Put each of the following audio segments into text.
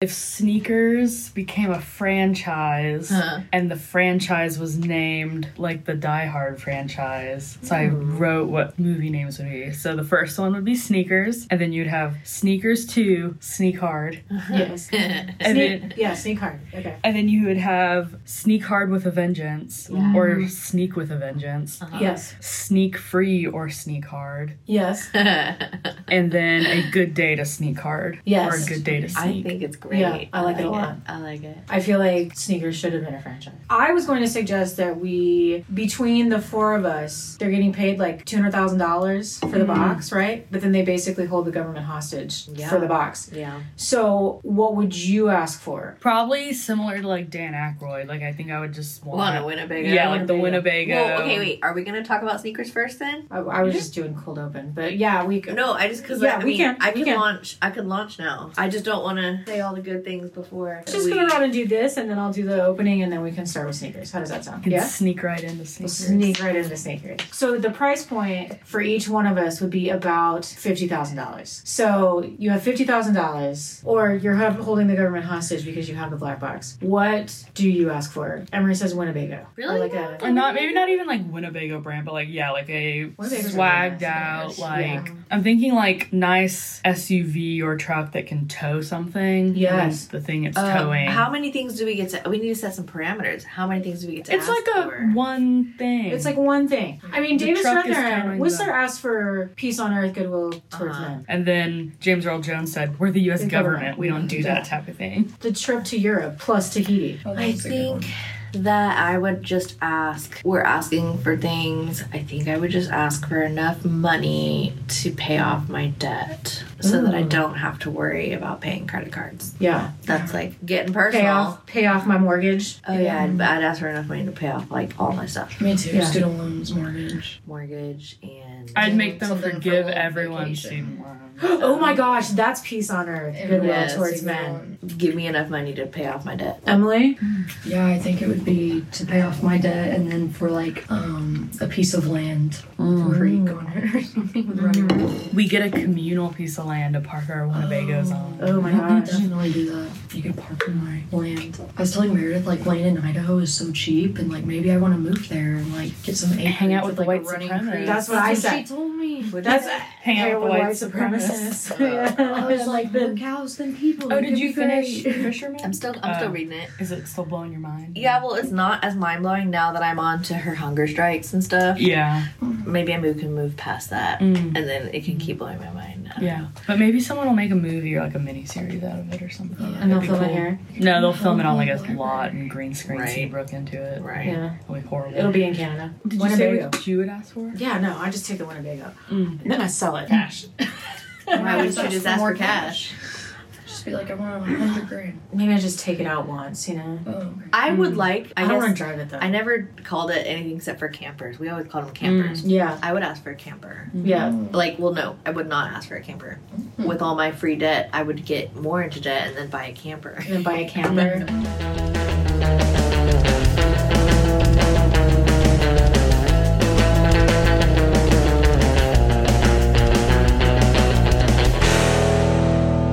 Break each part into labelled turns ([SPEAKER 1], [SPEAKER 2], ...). [SPEAKER 1] if sneakers became a franchise
[SPEAKER 2] Huh.
[SPEAKER 1] and the franchise was named like the Die Hard franchise. So I
[SPEAKER 2] Hmm.
[SPEAKER 1] wrote what movie names would be. So the first one would be Sneakers, and then you'd have Sneakers 2, Sneak Hard.
[SPEAKER 3] Yes.
[SPEAKER 1] And
[SPEAKER 3] Sneak-
[SPEAKER 1] then,
[SPEAKER 3] yeah, sneak hard. Okay.
[SPEAKER 1] and then you would have Sneak Hard with a Vengeance
[SPEAKER 3] Yeah.
[SPEAKER 1] or
[SPEAKER 2] Hmm.
[SPEAKER 1] Sneak with a Vengeance.
[SPEAKER 2] Uh-huh.
[SPEAKER 3] Yes.
[SPEAKER 1] Sneak free or sneak hard,
[SPEAKER 3] Yes.
[SPEAKER 1] and then a good day to sneak hard, or
[SPEAKER 3] Yes.
[SPEAKER 1] a good day to
[SPEAKER 2] I
[SPEAKER 1] sneak.
[SPEAKER 2] think it's great.
[SPEAKER 3] Yeah, I like it a lot.
[SPEAKER 2] I like it.
[SPEAKER 3] I feel like sneakers should have been a franchise. I was going to suggest that we, between the four of us, they're getting paid like two hundred thousand dollars for the
[SPEAKER 1] Mm-hmm.
[SPEAKER 3] box, right? But then they basically hold the government hostage
[SPEAKER 2] Yeah.
[SPEAKER 3] for the box.
[SPEAKER 2] Yeah.
[SPEAKER 3] So, what would you ask for?
[SPEAKER 1] Probably similar to like Dan Aykroyd. Like I think I would just want,
[SPEAKER 2] Want a Winnebago?
[SPEAKER 1] yeah, like the Winnebago.
[SPEAKER 2] Well, okay, wait. Are we gonna talk about sneakers first then?
[SPEAKER 3] I, I was just doing cold open, but yeah, we could.
[SPEAKER 2] No, I just because
[SPEAKER 3] Yeah,
[SPEAKER 2] I,
[SPEAKER 3] we
[SPEAKER 2] mean,
[SPEAKER 3] can,
[SPEAKER 2] I
[SPEAKER 3] we
[SPEAKER 2] could
[SPEAKER 3] can.
[SPEAKER 2] launch. I could launch now. I just don't want to say all the good things before.
[SPEAKER 3] Just
[SPEAKER 2] we-
[SPEAKER 3] gonna run and do this, and then I'll do the opening, and then we can start with sneakers. How does that sound?
[SPEAKER 1] Can
[SPEAKER 3] Yeah.
[SPEAKER 1] sneak right into
[SPEAKER 3] We'll
[SPEAKER 1] sneakers.
[SPEAKER 3] sneak right into sneakers. So the price point for each one of us would be about fifty thousand dollars. So you have fifty thousand dollars, or you're ho- holding the government hostage because you have the black box. What do you ask for? Emery says Winnebago. Or
[SPEAKER 2] Really?
[SPEAKER 3] Like a,
[SPEAKER 1] And Uh, not maybe not even like Winnebago brand, but like yeah, like a
[SPEAKER 3] Winnebago's
[SPEAKER 1] swagged
[SPEAKER 3] really nice.
[SPEAKER 1] out like
[SPEAKER 3] Yeah.
[SPEAKER 1] I'm thinking like nice SUV or truck that can tow something.
[SPEAKER 3] Yes.
[SPEAKER 1] And the thing it's
[SPEAKER 2] Um,
[SPEAKER 1] towing.
[SPEAKER 2] How many things do we get to? We need to set some parameters. How many things do we get to?
[SPEAKER 1] it's
[SPEAKER 2] ask
[SPEAKER 1] like a
[SPEAKER 2] for?
[SPEAKER 1] one thing.
[SPEAKER 3] it's like one thing. I mean,
[SPEAKER 1] The
[SPEAKER 3] Davis
[SPEAKER 1] truck is
[SPEAKER 3] Rutter,
[SPEAKER 1] carrying
[SPEAKER 3] Whistler
[SPEAKER 1] the-
[SPEAKER 3] asked for peace on earth, goodwill towards
[SPEAKER 2] Uh-huh.
[SPEAKER 3] men.
[SPEAKER 1] and then James Earl Jones said, "We're the U.S.
[SPEAKER 3] The
[SPEAKER 1] government.
[SPEAKER 3] government.
[SPEAKER 1] We don't do that type of thing."
[SPEAKER 3] The trip to Europe plus Tahiti.
[SPEAKER 2] I think that I would just ask. We're asking for things. I think I would just ask for enough money to pay off my debt so that I
[SPEAKER 3] Ooh.
[SPEAKER 2] don't have to worry about paying credit cards.
[SPEAKER 3] Yeah.
[SPEAKER 2] That's like getting personal.
[SPEAKER 3] Pay off, pay off my mortgage.
[SPEAKER 2] Oh, yeah. I'd, I'd ask for enough money to pay off like all my stuff
[SPEAKER 4] Me too.
[SPEAKER 3] Yeah.
[SPEAKER 4] Student loans, mortgage.
[SPEAKER 2] mortgage and.
[SPEAKER 1] I'd make them
[SPEAKER 4] Something for
[SPEAKER 1] forgive
[SPEAKER 4] a
[SPEAKER 1] everyone
[SPEAKER 4] vacation.
[SPEAKER 1] student loans.
[SPEAKER 3] Oh my gosh, that's peace on earth, goodwill
[SPEAKER 4] Yes,
[SPEAKER 3] towards
[SPEAKER 4] you
[SPEAKER 3] men.
[SPEAKER 4] know.
[SPEAKER 2] give me enough money to pay off my debt.
[SPEAKER 3] Emily,
[SPEAKER 4] Yeah, I think it would be to pay off my debt and then for like um a piece of land,
[SPEAKER 1] Mm-hmm.
[SPEAKER 4] a creek on it or
[SPEAKER 1] Oh
[SPEAKER 4] something with running water.
[SPEAKER 1] We get a communal piece of land to park our Winnebagos on.
[SPEAKER 3] Oh my
[SPEAKER 4] I would
[SPEAKER 3] gosh.
[SPEAKER 4] definitely do that. You could park in my land. I was telling Meredith like land in Idaho is so cheap and like maybe I want to move there and like get some acreage
[SPEAKER 1] Hang out with the
[SPEAKER 4] like a
[SPEAKER 1] white
[SPEAKER 4] running
[SPEAKER 1] supremacists.
[SPEAKER 4] creek.
[SPEAKER 3] That's what I said.
[SPEAKER 4] She told me.
[SPEAKER 3] That's
[SPEAKER 1] Hang out with the white supremacists.
[SPEAKER 4] I was like, more cows than people.
[SPEAKER 1] Oh,
[SPEAKER 4] It
[SPEAKER 1] did
[SPEAKER 4] could
[SPEAKER 1] you
[SPEAKER 4] be
[SPEAKER 1] finish
[SPEAKER 4] great.
[SPEAKER 1] Fisherman?
[SPEAKER 2] I'm still. I'm still
[SPEAKER 1] Uh,
[SPEAKER 2] reading it.
[SPEAKER 1] Is it still blowing your mind?
[SPEAKER 2] Yeah, well, it's not as mind blowing now that I'm on to her hunger strikes and stuff.
[SPEAKER 1] Yeah.
[SPEAKER 2] Maybe I move, can move past that,
[SPEAKER 1] Mm.
[SPEAKER 2] and then it can keep blowing my mind. I don't
[SPEAKER 1] Yeah,
[SPEAKER 2] know.
[SPEAKER 1] but maybe someone will make a movie or like a miniseries out of it or something.
[SPEAKER 4] Yeah.
[SPEAKER 1] That'd
[SPEAKER 3] And they'll
[SPEAKER 1] be
[SPEAKER 3] film it
[SPEAKER 1] cool.
[SPEAKER 3] here.
[SPEAKER 1] No, they'll film it on like a lot and green screen
[SPEAKER 2] Right.
[SPEAKER 1] Seabrook into it.
[SPEAKER 2] right.
[SPEAKER 3] Yeah.
[SPEAKER 1] It'll be horrible.
[SPEAKER 3] It'll be in Canada.
[SPEAKER 1] Did you say
[SPEAKER 3] Winnebago.
[SPEAKER 1] what you would ask for?
[SPEAKER 3] Yeah, no, I just take the Winnebago.
[SPEAKER 1] Mm.
[SPEAKER 3] And then I sell it. Cash.
[SPEAKER 2] Why wouldn't you
[SPEAKER 4] That's
[SPEAKER 2] just ask
[SPEAKER 4] more
[SPEAKER 2] for cash?
[SPEAKER 4] Just be like, I want a hundred grand.
[SPEAKER 3] Maybe I just take it out once, you know?
[SPEAKER 4] Oh, okay.
[SPEAKER 2] I would like.
[SPEAKER 3] Mm. I,
[SPEAKER 2] I,
[SPEAKER 3] don't want to
[SPEAKER 2] guess
[SPEAKER 3] drive it though.
[SPEAKER 2] I never called it anything except for campers. We always called
[SPEAKER 3] Mm.
[SPEAKER 2] them campers.
[SPEAKER 3] yeah.
[SPEAKER 2] I would ask for a camper.
[SPEAKER 3] Yeah.
[SPEAKER 1] Oh.
[SPEAKER 2] Like, well, no, I would not ask for a camper.
[SPEAKER 3] Mm.
[SPEAKER 2] With all my free debt, I would get more into debt and then buy a camper.
[SPEAKER 3] And then buy a camper.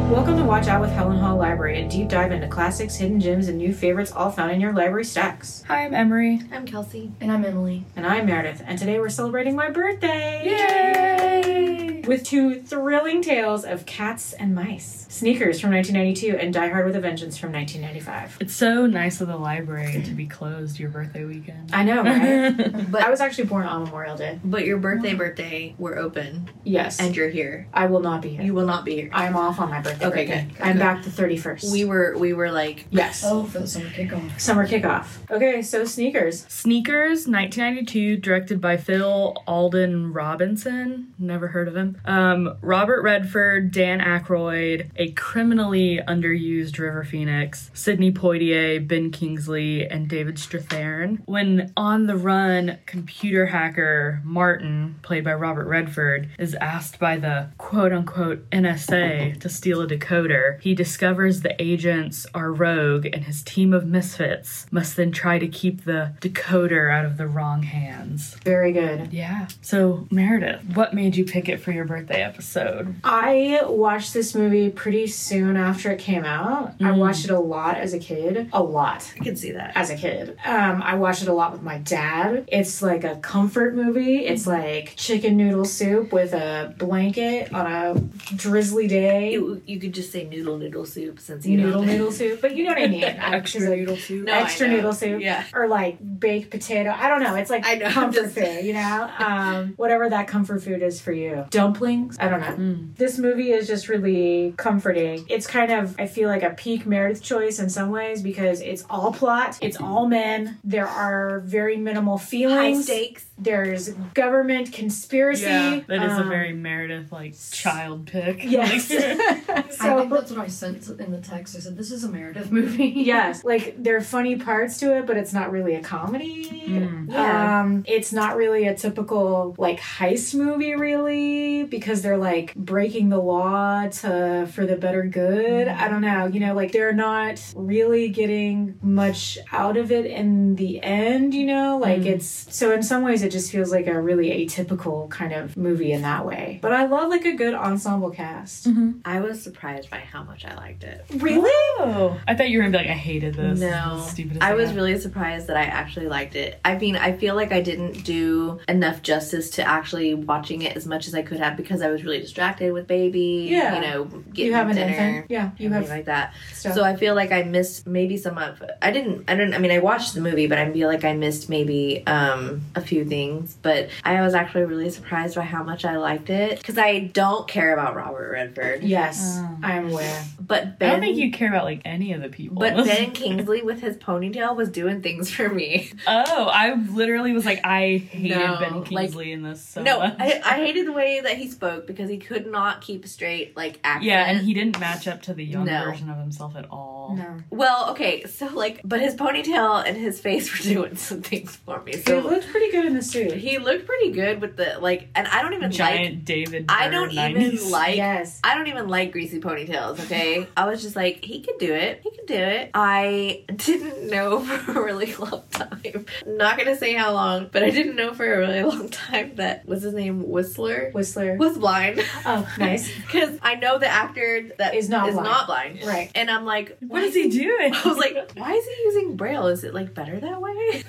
[SPEAKER 3] Welcome to Watch Out with Helen Hall Library, a deep dive into classics, hidden gems, and new favorites all found in your library stacks.
[SPEAKER 1] Hi, I'm Emery.
[SPEAKER 2] I'm Kelsey.
[SPEAKER 4] And I'm Emily.
[SPEAKER 3] And I'm Meredith, and today we're celebrating my birthday!
[SPEAKER 1] Yay!
[SPEAKER 3] With two thrilling tales of cats and mice, Sneakers from 1992 and Die Hard with a Vengeance from 1995.
[SPEAKER 1] It's so nice of the library to be closed your birthday weekend.
[SPEAKER 3] I know, right? I
[SPEAKER 2] But
[SPEAKER 3] was actually born on Memorial Day.
[SPEAKER 2] but your birthday,
[SPEAKER 3] Mm.
[SPEAKER 2] birthday, we're open
[SPEAKER 3] Yes.
[SPEAKER 2] and you're here.
[SPEAKER 3] I will not be here.
[SPEAKER 2] You will not be here.
[SPEAKER 3] I am off on my birthday.
[SPEAKER 2] Okay,
[SPEAKER 3] birthday.
[SPEAKER 2] good, good,
[SPEAKER 3] I'm
[SPEAKER 2] good.
[SPEAKER 3] back the 31st.
[SPEAKER 2] We were we were like
[SPEAKER 3] yes.
[SPEAKER 4] Oh, for the summer kickoff.
[SPEAKER 3] Summer kickoff. Okay, so Sneakers.
[SPEAKER 1] Sneakers, 1992, directed by Phil Alden Robinson. Never heard of him. Um, Robert Redford, Dan Aykroyd, a criminally underused River Phoenix, Sidney Poitier, Ben Kingsley, and David Strathairn. When on the run, computer hacker Martin, played by Robert Redford, is asked by the quote unquote NSA to steal a decoder, he discovers the agents are rogue and his team of misfits must then try to keep the decoder out of the wrong hands.
[SPEAKER 3] Very good.
[SPEAKER 1] Yeah. So, Meredith, what made you pick it for your your birthday episode.
[SPEAKER 3] I watched this movie pretty soon after it came out.
[SPEAKER 2] Mm.
[SPEAKER 3] I watched it a lot as a kid. A lot
[SPEAKER 2] I can see that.
[SPEAKER 3] as a kid. Um, I watched it a lot with my dad. It's like a comfort movie.
[SPEAKER 2] Mm.
[SPEAKER 3] It's like chicken noodle soup with a blanket on a drizzly day.
[SPEAKER 2] You, you could just say noodle noodle soup since you
[SPEAKER 3] Noodle
[SPEAKER 2] know
[SPEAKER 3] noodle soup, but you know what I mean. I-
[SPEAKER 1] Extra noodle soup.
[SPEAKER 2] No, I
[SPEAKER 3] extra
[SPEAKER 2] know.
[SPEAKER 3] noodle soup.
[SPEAKER 2] Yeah.
[SPEAKER 3] Or like baked potato. I don't know. It's like
[SPEAKER 2] I know, I'm
[SPEAKER 3] comfort
[SPEAKER 2] just-
[SPEAKER 3] food, you know? Um, whatever that comfort food is for you. Dumplings? I don't know.
[SPEAKER 2] Mm.
[SPEAKER 3] This movie is just really comforting. It's kind of, I feel like, a peak Meredith choice in some ways because it's all plot, it's all men. There are very minimal
[SPEAKER 2] high
[SPEAKER 3] feelings.
[SPEAKER 2] stakes.
[SPEAKER 3] There's government conspiracy.
[SPEAKER 1] Yeah, that is
[SPEAKER 3] Um,
[SPEAKER 1] a very Meredith like child pick.
[SPEAKER 3] Yes.
[SPEAKER 4] I
[SPEAKER 3] so
[SPEAKER 4] think that's what I sent in the text. I said, "This is a Meredith movie."
[SPEAKER 3] Yes, like there are funny parts to it, but it's not really a comedy.
[SPEAKER 1] Mm.
[SPEAKER 2] Yeah.
[SPEAKER 3] Um, it's not really a typical like heist movie, really, because they're like breaking the law to for the better good.
[SPEAKER 1] Mm.
[SPEAKER 3] I don't know, you know, like they're not really getting much out of it in the end, you know, like
[SPEAKER 1] Mm.
[SPEAKER 3] it's so in some ways it just feels like a really atypical kind of movie in that way. But I love like a good ensemble cast.
[SPEAKER 1] Mm-hmm.
[SPEAKER 2] I was surprised by how much I liked it.
[SPEAKER 3] Really?
[SPEAKER 1] Oh, I thought you were gonna be like, I hated this.
[SPEAKER 2] No.
[SPEAKER 1] This is the stupidest
[SPEAKER 2] I
[SPEAKER 1] thing
[SPEAKER 2] was
[SPEAKER 1] ever.
[SPEAKER 2] really surprised that I actually liked it. I mean, I feel like I didn't do enough justice to actually watching it as much as I could have because I was really distracted with baby.
[SPEAKER 3] Yeah.
[SPEAKER 2] You know, getting
[SPEAKER 3] You have an
[SPEAKER 2] dinner.
[SPEAKER 3] infant? Yeah, you
[SPEAKER 2] everything
[SPEAKER 3] have
[SPEAKER 2] like that.
[SPEAKER 3] stuff.
[SPEAKER 2] So I feel like I missed maybe some of. I didn't. I don't. I mean, I watched the movie, but I feel like I missed maybe um, a few things. But I was actually really surprised by how much I liked it because I don't care about Robert Redford,
[SPEAKER 3] Yes,
[SPEAKER 1] Um,
[SPEAKER 3] I am aware.
[SPEAKER 2] but
[SPEAKER 1] I
[SPEAKER 2] Ben.
[SPEAKER 1] don't think you care about like any of the people.
[SPEAKER 2] but Ben Kingsley with his ponytail was doing things for me.
[SPEAKER 1] oh, I literally was like, I hated
[SPEAKER 2] No,
[SPEAKER 1] Ben
[SPEAKER 2] like-
[SPEAKER 1] Kingsley in this so
[SPEAKER 2] no,
[SPEAKER 1] much.
[SPEAKER 2] I, I hated the way that he spoke because he could not keep a straight like accent.
[SPEAKER 1] yeah, and he didn't match up to the young
[SPEAKER 2] No.
[SPEAKER 1] version of himself at all.
[SPEAKER 3] No.
[SPEAKER 2] well, okay, so like, but his ponytail and his face were doing some things for me.
[SPEAKER 3] He
[SPEAKER 2] So
[SPEAKER 3] looked pretty good in the suit.
[SPEAKER 2] he looked pretty good with the like, and I don't even like.
[SPEAKER 1] Giant David.
[SPEAKER 2] I
[SPEAKER 1] Byrne
[SPEAKER 2] don't even
[SPEAKER 1] 90s.
[SPEAKER 2] like.
[SPEAKER 3] yes.
[SPEAKER 2] I don't even like greasy ponytails, okay? I was just like, he could do it. He could do it. I didn't know for a really long time. Not gonna say how long, but I didn't know for a really long time that what's his name? Whistler?
[SPEAKER 3] Whistler.
[SPEAKER 2] Was blind.
[SPEAKER 3] Oh, nice.
[SPEAKER 2] Because I know the actor that
[SPEAKER 3] Is not blind.
[SPEAKER 2] not blind.
[SPEAKER 3] Right.
[SPEAKER 2] And I'm like,
[SPEAKER 1] What is he doing?
[SPEAKER 2] I was like, why is he using Braille? Is it like better that way?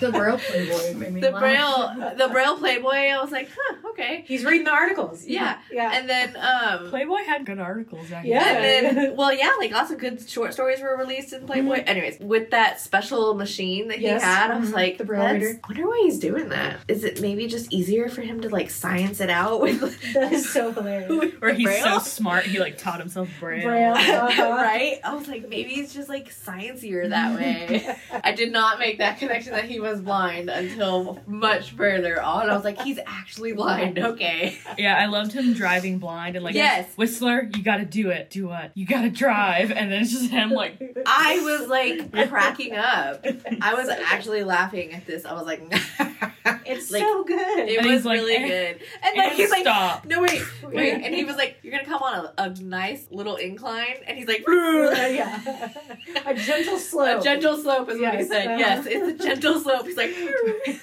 [SPEAKER 4] The Braille Playboy made me
[SPEAKER 2] the
[SPEAKER 4] laugh.
[SPEAKER 2] Braille the Braille Playboy, I was like, huh, okay.
[SPEAKER 3] He's reading the articles.
[SPEAKER 2] Yeah.
[SPEAKER 3] Yeah.
[SPEAKER 2] And then um
[SPEAKER 1] Playboy had good articles. Back
[SPEAKER 3] Yeah.
[SPEAKER 1] then.
[SPEAKER 2] And then, well, yeah, like lots of good short stories were released in Playboy. Anyways, with that special machine that
[SPEAKER 3] Yes.
[SPEAKER 2] he had, I was like,
[SPEAKER 3] The Braille
[SPEAKER 2] "That's-
[SPEAKER 3] reader."
[SPEAKER 2] I wonder why he's doing that. Is it maybe just easier for him to like science it out with,
[SPEAKER 3] that is so hilarious.
[SPEAKER 2] with
[SPEAKER 1] Or
[SPEAKER 2] the
[SPEAKER 1] he's so
[SPEAKER 2] Braille?
[SPEAKER 1] smart, he like taught himself braille.
[SPEAKER 3] Braille. Uh-huh.
[SPEAKER 2] right? I was like, maybe it's just like sciencier that way. I did not make that connection that he was blind until much further on. I was like, he's actually blind. Okay.
[SPEAKER 1] Yeah, I loved him driving blind and like,
[SPEAKER 2] Yes.
[SPEAKER 1] Whistler, you gotta do it. Do what? You gotta drive. And then it's just him like,
[SPEAKER 2] I was like cracking up. I was actually laughing at this. I was like,
[SPEAKER 3] It's
[SPEAKER 2] like,
[SPEAKER 3] so good.
[SPEAKER 2] It
[SPEAKER 1] And
[SPEAKER 2] was
[SPEAKER 1] he's like,
[SPEAKER 2] really
[SPEAKER 1] "Eh,
[SPEAKER 2] good. And like
[SPEAKER 1] "And
[SPEAKER 2] he's like,
[SPEAKER 1] stop.
[SPEAKER 2] no wait, wait. And he was like, you're gonna come on a, a nice little incline, and he's like,
[SPEAKER 3] yeah. A gentle slope.
[SPEAKER 2] A gentle slope is what he
[SPEAKER 3] Yes,
[SPEAKER 2] said.
[SPEAKER 3] uh-huh.
[SPEAKER 2] Yes, it's a gentle slope. He's like,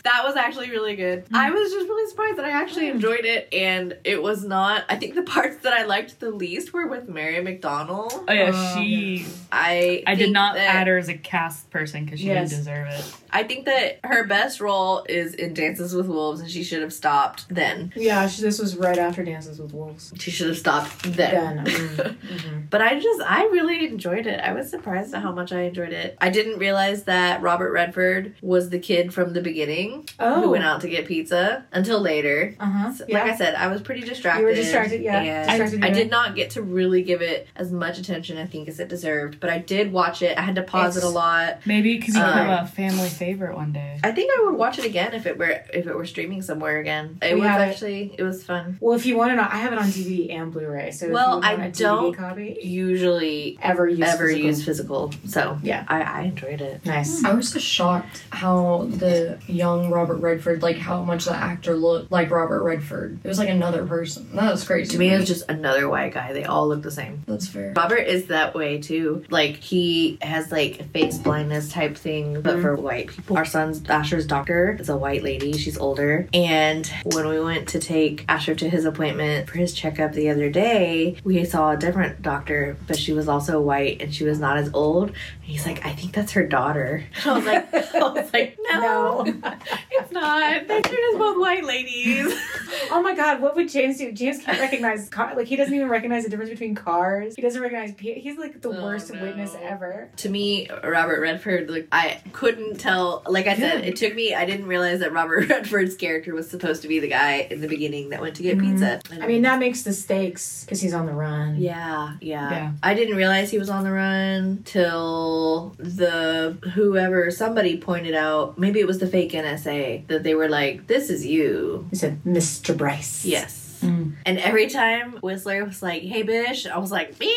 [SPEAKER 2] that was actually really good.
[SPEAKER 1] Mm.
[SPEAKER 2] I was just really surprised that I actually enjoyed it, and it was not. I think the parts that I liked the least were with Mary McDonald.
[SPEAKER 1] Oh yeah,
[SPEAKER 4] Um,
[SPEAKER 1] she.
[SPEAKER 2] I
[SPEAKER 1] I did
[SPEAKER 2] think
[SPEAKER 1] not
[SPEAKER 2] that-
[SPEAKER 1] add her as a cast person because she
[SPEAKER 3] Yes.
[SPEAKER 1] didn't deserve it.
[SPEAKER 2] I think that her best role is in Dances with Wolves, and she should have stopped then.
[SPEAKER 3] Yeah, she, this was right after Dances with Wolves.
[SPEAKER 2] She should have stopped then.
[SPEAKER 3] Then, mm,
[SPEAKER 1] mm-hmm.
[SPEAKER 3] mhm.
[SPEAKER 2] But I just, I really enjoyed it. I was surprised at how much I enjoyed it. I didn't realize that Robert Redford was the kid from the beginning who
[SPEAKER 3] Oh.
[SPEAKER 2] went out to get pizza until later.
[SPEAKER 3] Uh huh.
[SPEAKER 2] So,
[SPEAKER 3] Yeah.
[SPEAKER 2] Like I said, I was pretty distracted.
[SPEAKER 3] you were distracted. Yeah.
[SPEAKER 2] and
[SPEAKER 3] distracted
[SPEAKER 2] I
[SPEAKER 3] your-
[SPEAKER 2] did not get to really give it as much attention, I think, as it deserved. But I did watch it. I had to pause it a
[SPEAKER 3] It's-
[SPEAKER 2] lot.
[SPEAKER 1] Maybe it could become
[SPEAKER 2] Um,
[SPEAKER 1] a family favorite one day.
[SPEAKER 2] I think I would watch it again if it were if it were streaming somewhere again. It
[SPEAKER 3] We
[SPEAKER 2] was
[SPEAKER 3] have it.
[SPEAKER 2] actually it was fun.
[SPEAKER 3] Well, if you want to know, I have it on DVD and Blu ray. So if
[SPEAKER 2] Well,
[SPEAKER 3] you
[SPEAKER 2] I
[SPEAKER 3] want a
[SPEAKER 2] don't-
[SPEAKER 3] DVD copy,
[SPEAKER 2] Usually
[SPEAKER 3] ever
[SPEAKER 2] ever
[SPEAKER 3] use this
[SPEAKER 2] never
[SPEAKER 4] physical.
[SPEAKER 2] used physical, so
[SPEAKER 4] Yeah.
[SPEAKER 2] I, I enjoyed it.
[SPEAKER 3] Nice.
[SPEAKER 4] I was just shocked how the young Robert Redford, like how much the actor looked like Robert Redford. It was like another person. That was crazy.
[SPEAKER 2] To me, it was just another white guy. They all look the same.
[SPEAKER 4] that's fair.
[SPEAKER 2] Robert is that way too. Like he has like a face blindness type thing, but for white people. Our son's Asher's doctor is a white lady. She's older, and when we went to take Asher to his appointment for his checkup the other day, we saw a different doctor, but she was also white and she was not as old. And he's like, I think that's her daughter. And I was like, I was like, no, it's not. They're just both white ladies.
[SPEAKER 3] Oh my God, what would James do? James can't recognize car. Like he doesn't even recognize the difference between cars. He doesn't recognize. Pe- he's like the
[SPEAKER 2] Oh,
[SPEAKER 3] worst
[SPEAKER 2] no.
[SPEAKER 3] witness ever.
[SPEAKER 2] to me, Robert Redford, like I couldn't tell. Like I said, it took me. I didn't realize that Robert Redford's character was supposed to be the guy in the beginning that went to get pizza.
[SPEAKER 3] Mm-hmm. I mean, that makes the stakes because he's on the run.
[SPEAKER 2] Yeah, yeah,
[SPEAKER 3] Yeah.
[SPEAKER 2] I didn't realize he was on the run till the whoever somebody pointed out. Maybe it was the fake NSA that they were like, "This is you."
[SPEAKER 3] He said, "Mr. Bryce."
[SPEAKER 2] Yes.
[SPEAKER 4] Mm.
[SPEAKER 2] And every time Whistler was like, "Hey, Bish," I was like, "Bish."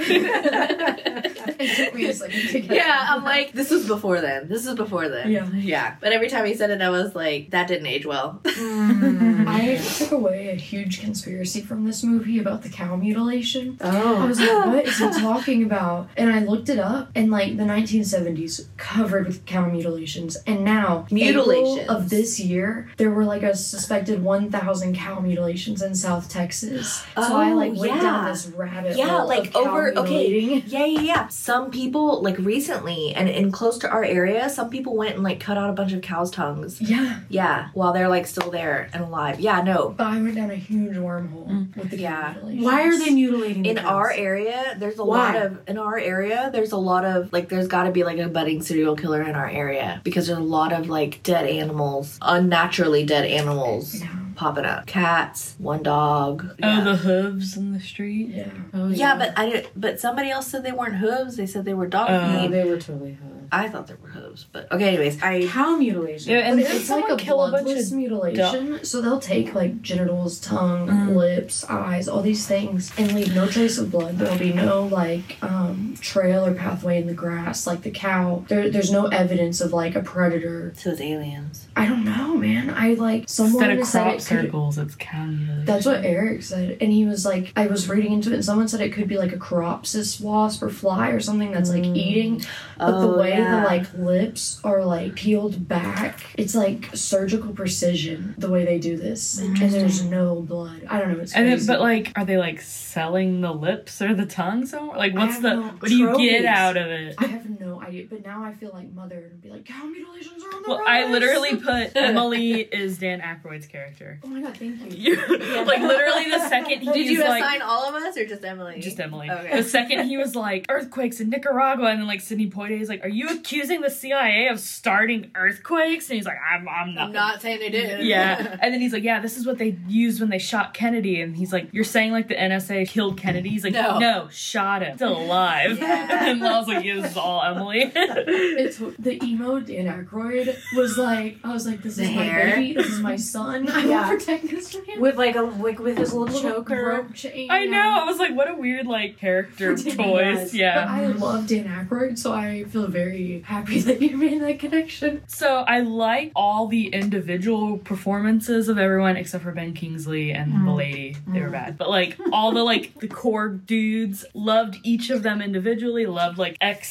[SPEAKER 4] It took me a second to get
[SPEAKER 2] Yeah, I'm like, this was before then. This was before then.
[SPEAKER 4] Yeah.
[SPEAKER 2] Yeah. But every time he said it, I was like, that didn't age well.
[SPEAKER 4] I took away a huge conspiracy from this movie about the cow mutilation. I
[SPEAKER 3] Oh.
[SPEAKER 4] was like, what is he talking about? And I looked it up, and like the 1970s covered with cow mutilations. And now,
[SPEAKER 2] Mutilations.
[SPEAKER 4] April of this year, there were like a suspected 1,000 cow mutilations in South Texas. So I
[SPEAKER 2] Oh,
[SPEAKER 4] like went down
[SPEAKER 2] yeah.
[SPEAKER 4] this rabbit
[SPEAKER 2] Yeah,
[SPEAKER 4] hole.
[SPEAKER 2] like,
[SPEAKER 4] of cow
[SPEAKER 2] over- okay.
[SPEAKER 4] mutilating.
[SPEAKER 2] yeah, yeah, yeah. Some people, like recently and in close to our area, some people went and like cut out a bunch of cow's tongues.
[SPEAKER 4] Yeah,
[SPEAKER 2] Yeah. While they're like still there and alive. Yeah, no.
[SPEAKER 4] but I went down a huge wormhole with the cow
[SPEAKER 2] Mm. Yeah.
[SPEAKER 4] mutilations.
[SPEAKER 3] Why are they mutilating? the Oh,
[SPEAKER 2] In
[SPEAKER 3] cows?
[SPEAKER 2] our area, there's a
[SPEAKER 3] Why?
[SPEAKER 2] lot of in our area, there's a lot of like there's got to be like a budding serial killer in our area because there's a lot of like dead animals, unnaturally dead animals
[SPEAKER 4] Yeah.
[SPEAKER 2] popping up. Cats, one dog.
[SPEAKER 1] Oh, the hooves in the street.
[SPEAKER 4] Yeah.
[SPEAKER 3] Oh,
[SPEAKER 2] Yeah, but I didn't. But somebody else said they weren't hooves. They said they were dog
[SPEAKER 1] Oh.
[SPEAKER 3] No,
[SPEAKER 2] feet.
[SPEAKER 3] they were totally hot.
[SPEAKER 2] I thought they were hooves, but okay. Anyways, I
[SPEAKER 3] Cow mutilation.
[SPEAKER 1] Yeah, and
[SPEAKER 4] But
[SPEAKER 1] did
[SPEAKER 4] it's like
[SPEAKER 1] someone
[SPEAKER 4] a
[SPEAKER 1] kill a bunch
[SPEAKER 4] bloodless
[SPEAKER 1] of?
[SPEAKER 4] mutilation. So they'll take like genitals, tongue, lips, eyes, all these things, and leave no trace of blood. There'll be no like um, trail or pathway in the grass. Like the cow, there, there's no evidence of like a predator.
[SPEAKER 2] so it's aliens.
[SPEAKER 4] I don't know, man. I like someone
[SPEAKER 1] Instead of
[SPEAKER 4] said
[SPEAKER 1] crop
[SPEAKER 4] it could.
[SPEAKER 1] circles, it's cow mutilation.
[SPEAKER 4] That's what Eric said, and he was like, I was reading into it, and someone said it could be like a Chiropsis wasp or fly or something that's like eating, but the
[SPEAKER 2] Oh,
[SPEAKER 4] way
[SPEAKER 2] yeah.
[SPEAKER 4] the like lips are like peeled back, it's like surgical precision the way they do this, and there's no blood. I don't know, it's
[SPEAKER 1] And
[SPEAKER 4] crazy.
[SPEAKER 1] then, but like, are they like selling the lips or the tongue somewhere? Like,
[SPEAKER 4] I
[SPEAKER 1] what's
[SPEAKER 4] have
[SPEAKER 1] the
[SPEAKER 4] no
[SPEAKER 1] what do you get
[SPEAKER 3] trophies.
[SPEAKER 1] out of it?
[SPEAKER 4] I have no idea. But now I feel like mother and be like, cow mutilations are on the
[SPEAKER 1] Well,
[SPEAKER 4] rise.
[SPEAKER 1] I literally put Emily is Dan Aykroyd's character.
[SPEAKER 4] Oh my god, thank you.
[SPEAKER 1] You like literally the second he
[SPEAKER 2] Did
[SPEAKER 1] was
[SPEAKER 2] you
[SPEAKER 1] like
[SPEAKER 2] assign all of us or just Emily?
[SPEAKER 1] just Emily.
[SPEAKER 2] Okay.
[SPEAKER 1] The second he was like earthquakes in Nicaragua, and then like Sidney Poitier is like, "Are you accusing the CIA of starting earthquakes?" And he's like, "I'm, I'm not."
[SPEAKER 2] I'm not saying they did.
[SPEAKER 1] Yeah, and then he's like, "Yeah, this is what they used when they shot Kennedy." And he's like, "You're saying like the NSA killed Kennedy?" He's like,
[SPEAKER 2] No.
[SPEAKER 1] "No, shot him, still alive."
[SPEAKER 2] Yeah.
[SPEAKER 1] and I was like, yeah, "This is all Emily."
[SPEAKER 4] It's the emo Dan Aykroyd was like, I was like, this
[SPEAKER 2] The
[SPEAKER 4] is my
[SPEAKER 2] hair.
[SPEAKER 4] baby, this is my son. I
[SPEAKER 3] Yeah.
[SPEAKER 4] will protect this man.
[SPEAKER 3] with like a like with his little
[SPEAKER 4] Little
[SPEAKER 3] choker.
[SPEAKER 4] rope chain,
[SPEAKER 1] I
[SPEAKER 4] yeah.
[SPEAKER 1] know. I was like, "What a weird like character choice." Yeah.
[SPEAKER 4] But I love Dan Aykroyd, so I feel very happy that you made that connection.
[SPEAKER 1] So I like all the individual performances of everyone except for Ben Kingsley and the lady. They were bad. But like all the like the core dudes loved each of them individually, loved like ex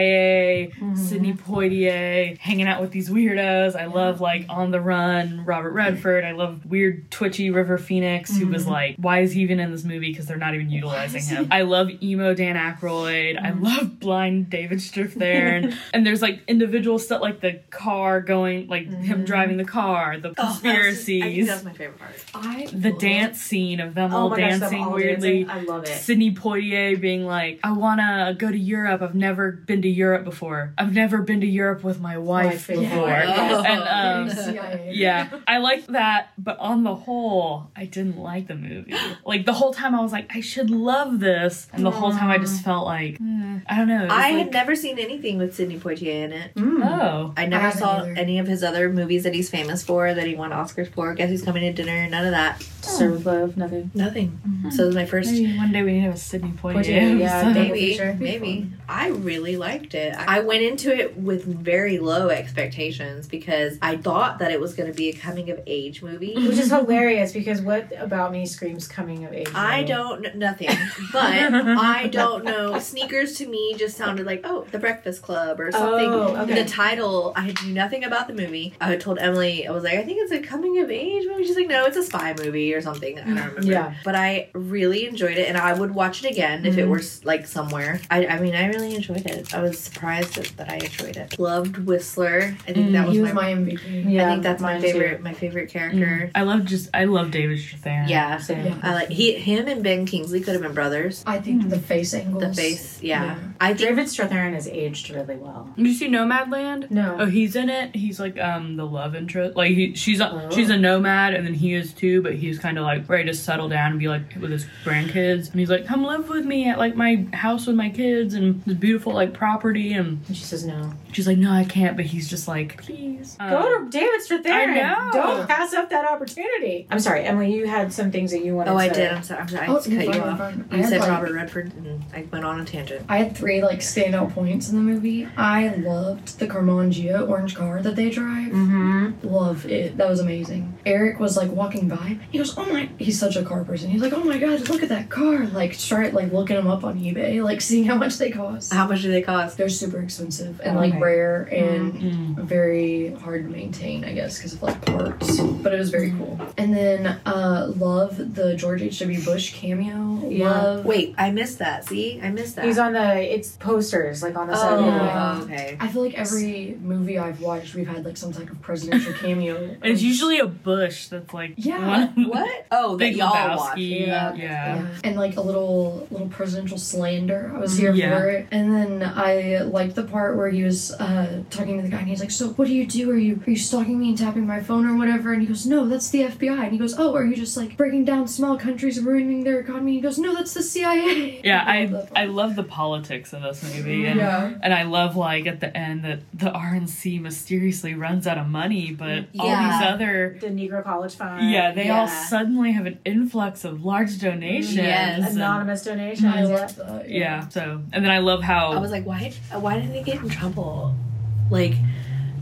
[SPEAKER 1] CIA, Sidney Poitier, hanging out with these weirdos. I love like on the run, Robert Redford. I love weird twitchy River Phoenix who was like, why is he even in this movie? Because they're not even utilizing him. I love emo Dan Aykroyd. I love blind David Striff there. And, and there's like individual stuff like the car going, like him driving the car, the
[SPEAKER 2] Oh, that was just- I think
[SPEAKER 1] conspiracies,
[SPEAKER 2] that was my favorite part.
[SPEAKER 4] I
[SPEAKER 1] the
[SPEAKER 4] love-
[SPEAKER 1] dance scene of them
[SPEAKER 3] Oh
[SPEAKER 1] all
[SPEAKER 3] my gosh,
[SPEAKER 1] dancing
[SPEAKER 3] them all
[SPEAKER 1] weirdly.
[SPEAKER 3] dancing. I love it.
[SPEAKER 1] Sydney Poitier being like, I wanna go to Europe. I've never been to Europe before. I've never been to Europe with my wife
[SPEAKER 3] Wife, yeah.
[SPEAKER 1] before.
[SPEAKER 2] Oh.
[SPEAKER 1] And um,
[SPEAKER 4] Very CIA.
[SPEAKER 1] yeah, I liked that, but on the whole, I didn't like the movie. Like the whole time, I was like, I should love this, and the whole time, I just felt like eh, I don't know. it was
[SPEAKER 2] I had
[SPEAKER 1] like,
[SPEAKER 2] never seen anything with Sidney Poitier in it.
[SPEAKER 3] Mm.
[SPEAKER 1] oh,
[SPEAKER 2] I never
[SPEAKER 4] haven't
[SPEAKER 2] saw
[SPEAKER 4] either.
[SPEAKER 2] any of his other movies that he's famous for, that he won Oscars for. Guess who's coming to dinner? None of that.
[SPEAKER 3] To serve with love, nothing.
[SPEAKER 2] Nothing. So it was my first.
[SPEAKER 1] maybe one day we need to have a Sydney Poitier.
[SPEAKER 3] Poitier, yeah,
[SPEAKER 1] episode.
[SPEAKER 3] double
[SPEAKER 2] Maybe,
[SPEAKER 3] feature.
[SPEAKER 2] maybe. I really liked it. I went into it with very low expectations because I thought that it was going to be a coming of age movie.
[SPEAKER 3] Which is hilarious because what about me screams coming of age?
[SPEAKER 2] I don't know nothing, but I don't know. Sneakers to me just sounded like oh, The Breakfast Club or something.
[SPEAKER 3] Oh, okay.
[SPEAKER 2] The title I knew nothing about the movie. I told Emily I was like I think it's a coming of age movie. She's like no, it's a spy movie or something. I don't remember.
[SPEAKER 3] Yeah.
[SPEAKER 2] but I really enjoyed it, and I would watch it again if it
[SPEAKER 3] Mm-hmm.
[SPEAKER 2] were like somewhere. I, I mean, I really enjoyed it. I was surprised that, that I enjoyed it. Loved Whistler. I think
[SPEAKER 1] Mm,
[SPEAKER 2] that was
[SPEAKER 4] He was
[SPEAKER 2] my.
[SPEAKER 4] my MVP.
[SPEAKER 3] Yeah,
[SPEAKER 2] I think that's my
[SPEAKER 3] mine too. Mm.
[SPEAKER 2] favorite. My favorite character.
[SPEAKER 1] Mm. I love just I love David Strathairn.
[SPEAKER 2] Yeah,
[SPEAKER 3] Same.
[SPEAKER 4] Yeah.
[SPEAKER 2] I like he, him, and Ben Kingsley could have been brothers.
[SPEAKER 4] I think the face angles.
[SPEAKER 2] The face, yeah.
[SPEAKER 4] Yeah.
[SPEAKER 2] I think
[SPEAKER 3] David Strathairn has aged really well.
[SPEAKER 1] Did you see Nomadland?
[SPEAKER 3] No.
[SPEAKER 1] Oh, he's in it. He's like um the love interest. Like he, she's a,
[SPEAKER 3] Oh.
[SPEAKER 1] she's a nomad, and then he is too. But he's kind of like ready to settle down and be like with his grandkids. And he's like, "Come live with me at like my house with my kids and this beautiful like property." And
[SPEAKER 3] And she says no.
[SPEAKER 1] she's like, "No, I can't." But he's just like, "Please." Um,
[SPEAKER 3] Go to David Strathairn.
[SPEAKER 1] I know.
[SPEAKER 3] Don't pass up that opportunity. I'm sorry, Emily. You had some things that you wanted.
[SPEAKER 2] Oh,
[SPEAKER 3] to
[SPEAKER 2] I did. I'm sorry. I'm sorry. I
[SPEAKER 4] Oh,
[SPEAKER 2] just cut
[SPEAKER 4] you're
[SPEAKER 2] you
[SPEAKER 4] fine,
[SPEAKER 2] off.
[SPEAKER 4] you're fine. I
[SPEAKER 2] You
[SPEAKER 4] had,
[SPEAKER 2] said
[SPEAKER 4] like-
[SPEAKER 2] Robert Redford, and I went on a tangent.
[SPEAKER 4] I had three like standout points in the movie. I loved the Carmangia orange car that they drive.
[SPEAKER 3] Mm-hmm.
[SPEAKER 4] Love it. That was amazing. Eric was like walking by. He goes, "Oh my!" He's such a car person. He's like, "Oh my god, look at that car!" Like start like looking them up on eBay, like seeing how much they cost.
[SPEAKER 2] How much do they cost?
[SPEAKER 4] They're super expensive and
[SPEAKER 3] Oh,
[SPEAKER 4] like
[SPEAKER 3] okay.
[SPEAKER 4] rare and
[SPEAKER 1] Mm.
[SPEAKER 4] very hard to maintain, I guess, because of like parts. But it was very cool. And then uh love the George H. W. Bush cameo.
[SPEAKER 3] Yeah.
[SPEAKER 4] Love.
[SPEAKER 2] Wait, I missed that. See, I missed that.
[SPEAKER 3] He's on the. It's posters like on the side.
[SPEAKER 2] oh,
[SPEAKER 3] of the
[SPEAKER 4] Yeah.
[SPEAKER 2] oh, okay.
[SPEAKER 4] I feel like every movie I've watched, we've had like some type of presidential cameo.
[SPEAKER 1] And it's usually a bush that's like
[SPEAKER 4] Yeah.
[SPEAKER 1] one-
[SPEAKER 2] What? Oh, that
[SPEAKER 1] Big
[SPEAKER 2] y'all
[SPEAKER 1] Lebowski.
[SPEAKER 2] watch.
[SPEAKER 1] Yeah.
[SPEAKER 4] Yeah. And like a little little presidential slander. I was here
[SPEAKER 1] Yeah.
[SPEAKER 4] for it. And then I liked the part where he was uh, talking to the guy and he's like, So what do you do? Are you are you stalking me and tapping my phone or whatever? And he goes, No, that's the FBI. And he goes, Oh, are you just like breaking down small countries and ruining their economy? And he goes, No, that's the CIA.
[SPEAKER 1] Yeah,
[SPEAKER 4] love that
[SPEAKER 1] I I
[SPEAKER 4] part.
[SPEAKER 1] love the politics of this movie, and
[SPEAKER 4] Yeah.
[SPEAKER 1] and I love like at the end that the RNC mysteriously runs out of money, but all these
[SPEAKER 2] Yeah.
[SPEAKER 1] other
[SPEAKER 3] The Negro College Fund.
[SPEAKER 1] yeah they all
[SPEAKER 2] yeah.
[SPEAKER 1] suddenly have an influx of large donations.
[SPEAKER 2] Yes.
[SPEAKER 1] and-
[SPEAKER 3] Anonymous donations.
[SPEAKER 4] I
[SPEAKER 3] yeah.
[SPEAKER 4] love that.
[SPEAKER 1] yeah. So and then I love how
[SPEAKER 2] I was like, why? Why did they get in trouble? Like,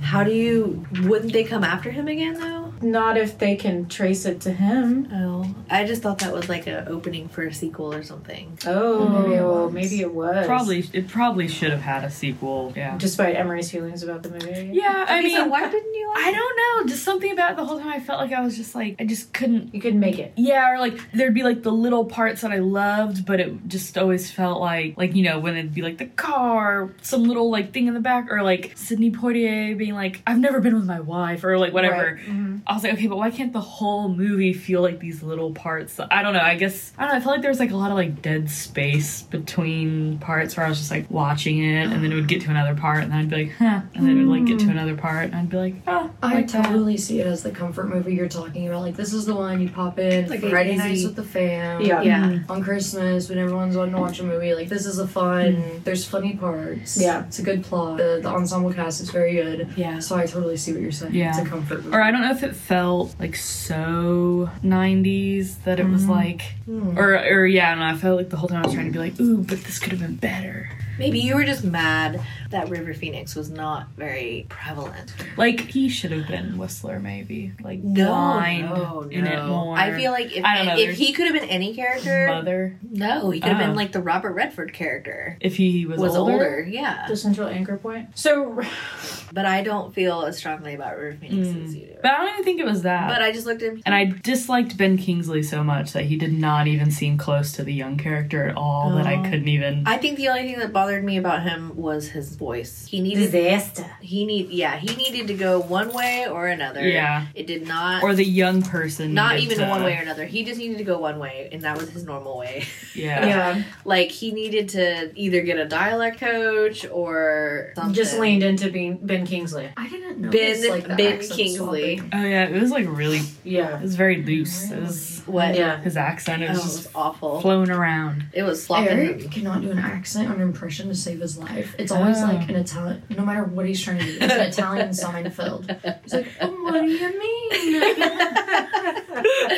[SPEAKER 2] how do you? Wouldn't they come after him again though?
[SPEAKER 3] Not if they can trace it to him.
[SPEAKER 2] Oh, I just thought that was like an opening for a sequel or something.
[SPEAKER 3] Oh, maybe it,
[SPEAKER 4] Oh.
[SPEAKER 3] was. maybe it was.
[SPEAKER 1] probably it probably should have had a sequel. Yeah.
[SPEAKER 3] Despite Emery's feelings about the movie.
[SPEAKER 1] Yeah, I
[SPEAKER 2] Okay,
[SPEAKER 1] mean,
[SPEAKER 2] so why didn't you? Like
[SPEAKER 1] I don't know. Just something about it the whole time I felt like I was just like I just couldn't
[SPEAKER 3] You couldn't make it.
[SPEAKER 1] Yeah, or like there'd be like the little parts that I loved, but it just always felt like like you know when it'd be like the car, some little like thing in the back, or like Sydney Poitier being like I've never been with my wife, or like whatever.
[SPEAKER 3] Mm-hmm.
[SPEAKER 1] I was like, okay, but why can't the whole movie feel like these little parts? I don't know. I guess I don't know. I felt like there was like a lot of like dead space between parts where I was just like watching it, and then it would get to another part, and then I'd be like, huh, and then it would like get to another part, and I'd be like, oh,
[SPEAKER 4] I
[SPEAKER 1] like that.
[SPEAKER 4] totally see it as the comfort movie you're talking about. Like this is the one you pop in
[SPEAKER 2] Like a
[SPEAKER 4] Fridays
[SPEAKER 2] easy-
[SPEAKER 4] with the fam.
[SPEAKER 3] Yeah.
[SPEAKER 2] Yeah.
[SPEAKER 4] on Christmas when everyone's wanting to watch a movie. Like this is a fun. There's funny parts.
[SPEAKER 3] Yeah.
[SPEAKER 4] it's a good plot. The, the ensemble cast is very good.
[SPEAKER 2] Yeah.
[SPEAKER 4] So I totally see what you're saying.
[SPEAKER 1] Yeah.
[SPEAKER 4] it's a comfort. Movie.
[SPEAKER 1] or I don't know if it felt like so 90s that it was
[SPEAKER 2] Mm-hmm.
[SPEAKER 1] like,
[SPEAKER 2] Hmm.
[SPEAKER 1] or or yeah, I don't know. I felt like the whole time I was trying to be like, ooh, but this could have been better.
[SPEAKER 2] Maybe you were just mad that River Phoenix was not very prevalent.
[SPEAKER 1] Like he should have been Whistler, maybe like
[SPEAKER 2] No,
[SPEAKER 1] blind
[SPEAKER 2] no, no.
[SPEAKER 1] in it more.
[SPEAKER 2] I feel like if
[SPEAKER 1] I don't know,
[SPEAKER 2] if
[SPEAKER 1] there's-
[SPEAKER 2] he could have been any character,
[SPEAKER 1] mother
[SPEAKER 2] no, he could have
[SPEAKER 1] Oh.
[SPEAKER 2] been like the Robert Redford character.
[SPEAKER 1] if he was,
[SPEAKER 2] Was older?
[SPEAKER 1] older.
[SPEAKER 2] yeah.
[SPEAKER 3] The central anchor point. So,
[SPEAKER 2] But I don't feel as strongly about River Phoenix as you do.
[SPEAKER 1] But I don't even think it was that.
[SPEAKER 2] But uh, I just looked at him,
[SPEAKER 1] Hmm. and I disliked Ben Kingsley so much that he did not even seem close to the young character at all. That I
[SPEAKER 2] Oh.
[SPEAKER 1] couldn't even.
[SPEAKER 2] I think the only thing that bothered me about him was his voice. He needed
[SPEAKER 3] disaster.
[SPEAKER 2] he need yeah he needed to go one way or another.
[SPEAKER 1] Yeah.
[SPEAKER 2] it did not.
[SPEAKER 1] or uh, the young person.
[SPEAKER 2] not
[SPEAKER 1] needed
[SPEAKER 2] even
[SPEAKER 1] to-
[SPEAKER 2] one way or another. He just needed to go one way, and that was his normal way.
[SPEAKER 1] Yeah.
[SPEAKER 3] Yeah,
[SPEAKER 2] like he needed to either get a dialect coach or something.
[SPEAKER 3] just leaned into being Ben Kingsley.
[SPEAKER 4] I didn't know.
[SPEAKER 2] Ben-
[SPEAKER 4] like, the
[SPEAKER 2] Ben
[SPEAKER 4] accent
[SPEAKER 2] Kingsley.
[SPEAKER 4] swapping.
[SPEAKER 1] Oh yeah, it was like really. It
[SPEAKER 3] Yeah,
[SPEAKER 1] was very loose. It was
[SPEAKER 2] what?
[SPEAKER 3] yeah.
[SPEAKER 1] his accent. It
[SPEAKER 2] Oh, it
[SPEAKER 1] was just
[SPEAKER 2] was awful.
[SPEAKER 1] flown around.
[SPEAKER 2] it was flopping.
[SPEAKER 4] Eric cannot do an accent or an impression to save his life. It's always
[SPEAKER 1] Oh.
[SPEAKER 4] like an Italian, no matter what he's trying to do. It's an Italian Seinfeld. He's like, oh, what do you mean?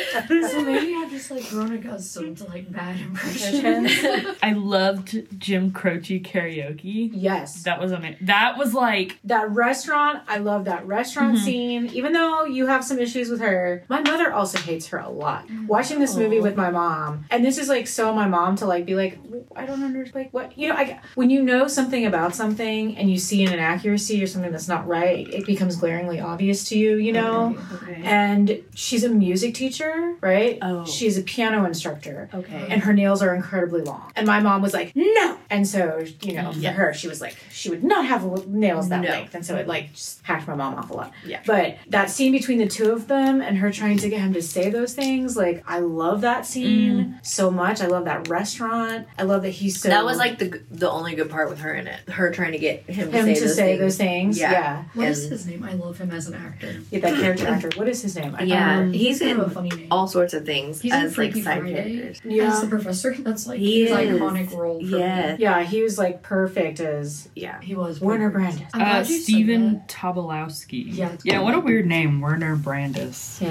[SPEAKER 4] so maybe I've just like grown accustomed to like bad impressions.
[SPEAKER 1] I loved Jim Croce karaoke.
[SPEAKER 3] yes.
[SPEAKER 1] That was amazing. That was like
[SPEAKER 3] That restaurant, I love that restaurant scene. Even though you have some issues with her, my mother also hates her a lot. Watching this movie with my mom, and this is like so my mom to like be like, I don't understand, like what you know. I when you know something about something and you see an inaccuracy or something that's not right, it becomes glaringly obvious to you, you know.
[SPEAKER 2] Okay.
[SPEAKER 3] And she's a music teacher, right?
[SPEAKER 2] Oh.
[SPEAKER 3] She's a piano instructor
[SPEAKER 2] Okay.
[SPEAKER 3] and her nails are incredibly long. And my mom was like, no. And so, you know,
[SPEAKER 1] Yeah.
[SPEAKER 3] for her, she was like, she would not have l- nails that
[SPEAKER 2] No.
[SPEAKER 3] length. And so it like just hacked my mom off a lot.
[SPEAKER 2] Yeah.
[SPEAKER 3] But that scene between the two of them and her trying to get him to say those things, like, I love that scene so much. I love that restaurant. I love that he's so.
[SPEAKER 2] Mm. that was like the g- the only good part with her in it. Her trying to get him,
[SPEAKER 3] him
[SPEAKER 2] to say,
[SPEAKER 3] to
[SPEAKER 2] those,
[SPEAKER 3] say
[SPEAKER 2] things.
[SPEAKER 3] those things.
[SPEAKER 2] Yeah.
[SPEAKER 3] Yeah.
[SPEAKER 4] What is
[SPEAKER 2] And-
[SPEAKER 4] his name? I love him as an actor.
[SPEAKER 3] Get that character actor. What is his name? I-
[SPEAKER 2] Yeah,
[SPEAKER 4] Um,
[SPEAKER 2] he's
[SPEAKER 4] kind of
[SPEAKER 2] in
[SPEAKER 4] a funny name.
[SPEAKER 2] All sorts of things
[SPEAKER 4] He's in
[SPEAKER 2] as like
[SPEAKER 4] Freaky
[SPEAKER 2] side
[SPEAKER 4] Friday.
[SPEAKER 2] characters.
[SPEAKER 3] Yeah.
[SPEAKER 4] As the professor, that's like
[SPEAKER 2] He
[SPEAKER 4] his
[SPEAKER 2] is.
[SPEAKER 4] iconic role. For
[SPEAKER 2] Yes.
[SPEAKER 3] yeah. He was like perfect as
[SPEAKER 2] Yeah.
[SPEAKER 4] me. he was
[SPEAKER 3] Werner
[SPEAKER 4] perfect.
[SPEAKER 3] Brandis.
[SPEAKER 4] I'm glad
[SPEAKER 1] uh,
[SPEAKER 4] you said
[SPEAKER 1] Stephen
[SPEAKER 4] that.
[SPEAKER 1] Tobolowski.
[SPEAKER 4] Yeah.
[SPEAKER 1] Yeah, what a weird name, Werner Brandis.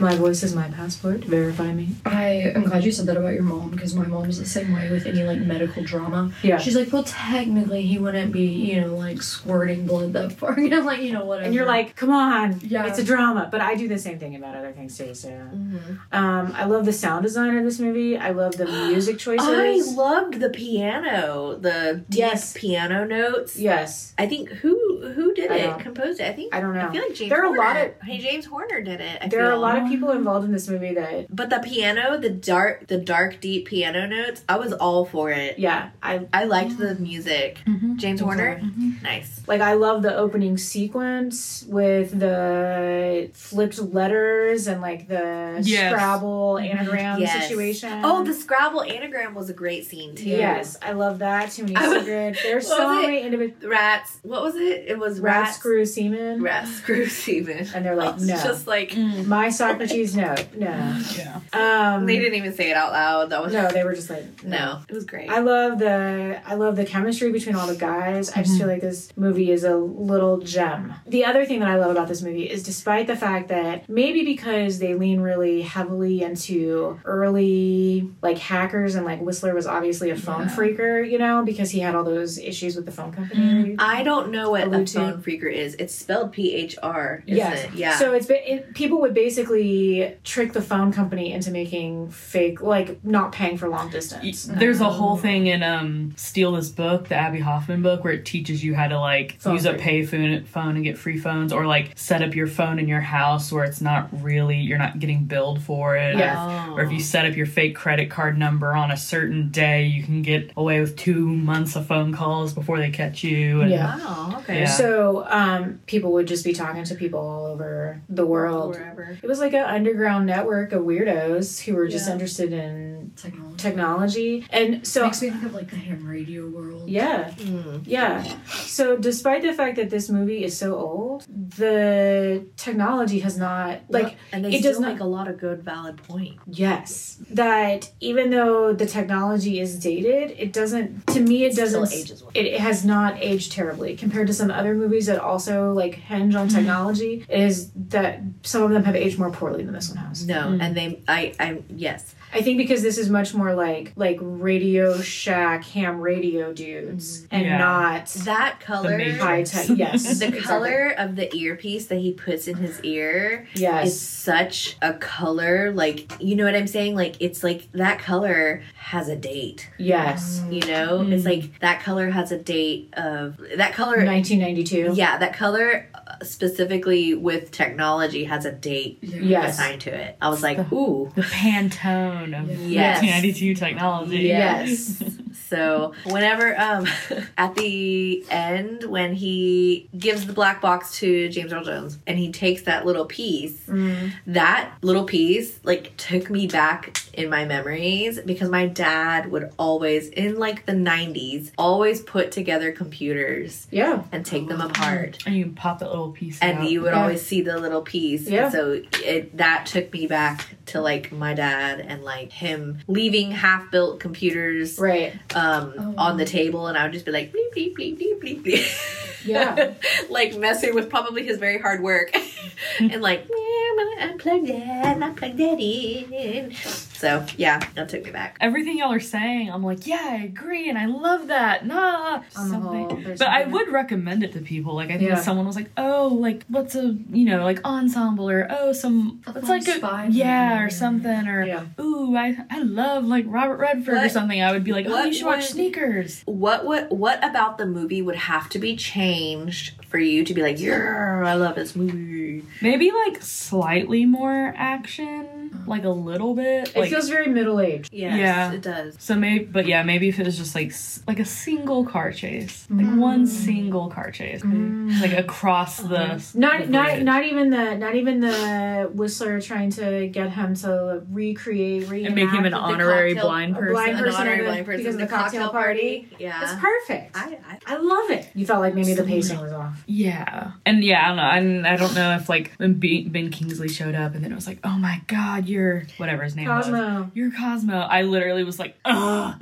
[SPEAKER 3] My voice is my passport. Verify me.
[SPEAKER 4] I am glad you said that about your mom because my mom's the same way with any like medical drama.
[SPEAKER 3] Yeah.
[SPEAKER 4] She's like, well, technically he wouldn't be, you know, like squirting blood that far. And I'm like, you know, whatever.
[SPEAKER 3] And you're like, come on,
[SPEAKER 4] Yeah.
[SPEAKER 3] it's a drama. But I do the same thing about other things too. So
[SPEAKER 2] Mm-hmm.
[SPEAKER 3] um, I love the sound design of this movie. I love the music
[SPEAKER 2] I
[SPEAKER 3] choices.
[SPEAKER 2] loved the piano, the deep
[SPEAKER 3] Yes.
[SPEAKER 2] piano notes.
[SPEAKER 3] yes,
[SPEAKER 2] I think who who did
[SPEAKER 3] I
[SPEAKER 2] it?
[SPEAKER 3] don't-
[SPEAKER 2] Composed it? I think
[SPEAKER 3] I don't know.
[SPEAKER 2] I feel E like James.
[SPEAKER 3] There are a lot
[SPEAKER 2] Horner. Hey, James Horner did it. I
[SPEAKER 3] there are a
[SPEAKER 2] feel.
[SPEAKER 3] lot of people involved in this movie that
[SPEAKER 2] But the piano, the dark, the dark deep piano notes. I was all for it.
[SPEAKER 3] yeah, I
[SPEAKER 2] I liked the music. James Horner, nice.
[SPEAKER 3] like. I love the opening sequence with the flipped letters and like the
[SPEAKER 1] Yes.
[SPEAKER 3] Scrabble anagram
[SPEAKER 2] Mm-hmm. Yes.
[SPEAKER 3] situation.
[SPEAKER 2] Oh, the Scrabble anagram was a great scene too.
[SPEAKER 3] yes, I love that. Too many
[SPEAKER 2] I was-
[SPEAKER 3] secrets. There's
[SPEAKER 2] What
[SPEAKER 3] so
[SPEAKER 2] was it?
[SPEAKER 3] many individual
[SPEAKER 2] Rats. What was it? It was
[SPEAKER 3] rat
[SPEAKER 2] rats.
[SPEAKER 3] screw semen,
[SPEAKER 2] Rats. Screw Steven.
[SPEAKER 3] and they're
[SPEAKER 2] I
[SPEAKER 3] like,
[SPEAKER 2] was
[SPEAKER 3] no,
[SPEAKER 2] Just like
[SPEAKER 3] my Socrates, no, no.
[SPEAKER 1] Yeah.
[SPEAKER 3] Um,
[SPEAKER 2] they didn't even say it out loud. That was
[SPEAKER 3] No, they were just like
[SPEAKER 2] Mm-hmm. No, it was great.
[SPEAKER 3] I love the I love the chemistry between all the guys. I just feel like this movie is a little gem. The other thing that I love about this movie is despite the fact that maybe because they lean really heavily into early like hackers and like Whistler was obviously a phone freaker, you know, because he had all those issues with the phone company.
[SPEAKER 2] I don't know what a
[SPEAKER 3] Allude to.
[SPEAKER 2] phone freaker is. It's spelled P H R, isn't
[SPEAKER 3] Yes.
[SPEAKER 2] it? Yeah.
[SPEAKER 3] So it's been, it, people would basically trick the phone company into making fake, like not paying for long distance.
[SPEAKER 1] There's a whole thing in um Steal This Book, the Abby Hoffman book, where it teaches you how to like
[SPEAKER 3] Phone
[SPEAKER 1] use a pay phone, phone and get free phones or like set up your phone in your house where it's not really you're not getting billed for it.
[SPEAKER 3] Yeah.
[SPEAKER 1] Or if you set up your fake credit card number on a certain day, you can get away with two months of phone calls before they catch you. And
[SPEAKER 3] Yeah.
[SPEAKER 2] Wow. Oh, Okay.
[SPEAKER 1] Yeah.
[SPEAKER 3] So um, people would just be talking to people all over the world.
[SPEAKER 2] Wherever.
[SPEAKER 3] It was like an underground network of weirdos who were just
[SPEAKER 2] Yeah.
[SPEAKER 3] interested in
[SPEAKER 4] technology.
[SPEAKER 3] technology. And so,
[SPEAKER 4] Makes me think of like the ham radio world.
[SPEAKER 3] yeah,
[SPEAKER 2] Mm.
[SPEAKER 3] yeah. So, despite the fact that this movie is so old, the technology has not, like,
[SPEAKER 2] Well, and they
[SPEAKER 3] it
[SPEAKER 2] still
[SPEAKER 3] does not-
[SPEAKER 2] make a lot of good, valid points.
[SPEAKER 3] yes, that even though the technology is dated, it doesn't, to me, it
[SPEAKER 2] Still
[SPEAKER 3] doesn't.
[SPEAKER 2] ages well.
[SPEAKER 3] It it has not aged terribly compared to some other movies that also like hinge on
[SPEAKER 2] Mm-hmm.
[SPEAKER 3] technology. Is that some of them have aged more poorly than this one has?
[SPEAKER 2] No, and they, I, I, yes,
[SPEAKER 3] I think because this is much more like like Radio Shack ham radio dudes and
[SPEAKER 1] Yeah.
[SPEAKER 3] not
[SPEAKER 2] that
[SPEAKER 1] The
[SPEAKER 2] color,
[SPEAKER 1] Matrix.
[SPEAKER 3] high tech. Yes,
[SPEAKER 2] Mm-hmm. the
[SPEAKER 3] exactly.
[SPEAKER 2] color of the earpiece that he puts in his ear is
[SPEAKER 3] Yes,
[SPEAKER 2] such a color. Like, you know what I'm saying? Like, it's like that color has a date.
[SPEAKER 3] yes.
[SPEAKER 2] You know,
[SPEAKER 3] Hmm.
[SPEAKER 2] it's like that color has a date of that color.
[SPEAKER 3] 1992.
[SPEAKER 2] Yeah, that color uh, specifically with technology has a date
[SPEAKER 3] Yes.
[SPEAKER 2] assigned to it. I was like, ooh,
[SPEAKER 1] The Pantone of
[SPEAKER 2] Yes.
[SPEAKER 1] 1992 technology.
[SPEAKER 3] Yes.
[SPEAKER 2] So whenever um at the end when he gives the black box to James Earl Jones and he takes that little piece,
[SPEAKER 3] Mm-hmm.
[SPEAKER 2] that little piece like took me back in my memories because my dad would always in like the 90s always put together computers
[SPEAKER 3] Yeah.
[SPEAKER 2] and take them apart.
[SPEAKER 1] And you can pop that little piece
[SPEAKER 2] And
[SPEAKER 1] out.
[SPEAKER 2] you would
[SPEAKER 3] Oh, Yeah.
[SPEAKER 2] always see the little piece. And
[SPEAKER 3] Yeah.
[SPEAKER 2] So it, that took me back to like my dad and like him leaving half built computers
[SPEAKER 3] Right.
[SPEAKER 2] um,
[SPEAKER 4] Oh.
[SPEAKER 2] on the table, and I would just be like bleep bleep bleep bleep bleep bleep,
[SPEAKER 3] Yeah.
[SPEAKER 2] like messing with probably his very hard work, and like meow, meow, unplug that, and I plug that in. So yeah, that took me back.
[SPEAKER 1] Everything y'all are saying, I'm like, yeah, I agree, and I love that. Nah,
[SPEAKER 3] On the
[SPEAKER 1] something.
[SPEAKER 3] whole, there's
[SPEAKER 1] But I
[SPEAKER 3] something-
[SPEAKER 1] would recommend it to people. Like I think
[SPEAKER 3] Yeah.
[SPEAKER 1] if someone was like, "Oh, like what's a you know like ensemble or oh some
[SPEAKER 4] A
[SPEAKER 1] it's
[SPEAKER 4] fun
[SPEAKER 1] like a
[SPEAKER 4] spy
[SPEAKER 1] yeah
[SPEAKER 4] movie.
[SPEAKER 1] or something or
[SPEAKER 3] Yeah.
[SPEAKER 1] ooh I I love like Robert Redford or
[SPEAKER 2] What-
[SPEAKER 1] something," I would be like, "Oh,
[SPEAKER 2] what
[SPEAKER 1] you should
[SPEAKER 2] would-
[SPEAKER 1] watch Sneakers."
[SPEAKER 2] What would what about the movie would have to be changed for you to be like, yeah, I love this movie?
[SPEAKER 1] Maybe like slightly more action, like a little bit.
[SPEAKER 3] Uh-huh. It
[SPEAKER 1] like,
[SPEAKER 3] feels very middle aged.
[SPEAKER 2] Yes,
[SPEAKER 1] Yeah.
[SPEAKER 2] it does.
[SPEAKER 1] so maybe, but yeah, maybe if it was just like s- like a single car chase, like
[SPEAKER 3] Mm.
[SPEAKER 1] one single car chase, like across the the
[SPEAKER 3] Not not
[SPEAKER 1] bridge.
[SPEAKER 3] not even the not even the Whistler trying to get him to recreate reenact
[SPEAKER 1] and make him an
[SPEAKER 3] the
[SPEAKER 1] honorary
[SPEAKER 2] cocktail-
[SPEAKER 1] blind
[SPEAKER 3] a
[SPEAKER 1] person.
[SPEAKER 3] blind
[SPEAKER 2] An
[SPEAKER 3] person
[SPEAKER 2] honorary
[SPEAKER 3] at the-
[SPEAKER 2] blind person
[SPEAKER 3] because of
[SPEAKER 2] at
[SPEAKER 3] the cocktail party. It's
[SPEAKER 2] Yeah.
[SPEAKER 3] perfect. I,
[SPEAKER 2] I, I,
[SPEAKER 3] love it. You felt like maybe the pacing was off.
[SPEAKER 1] Yeah, and yeah, I don't know. And I don't know if like when B- Ben Kingsley showed up, and then it was like, oh my god, you're whatever his name was.
[SPEAKER 3] Cosmo.
[SPEAKER 1] You're Cosmo. I literally was like, ugh.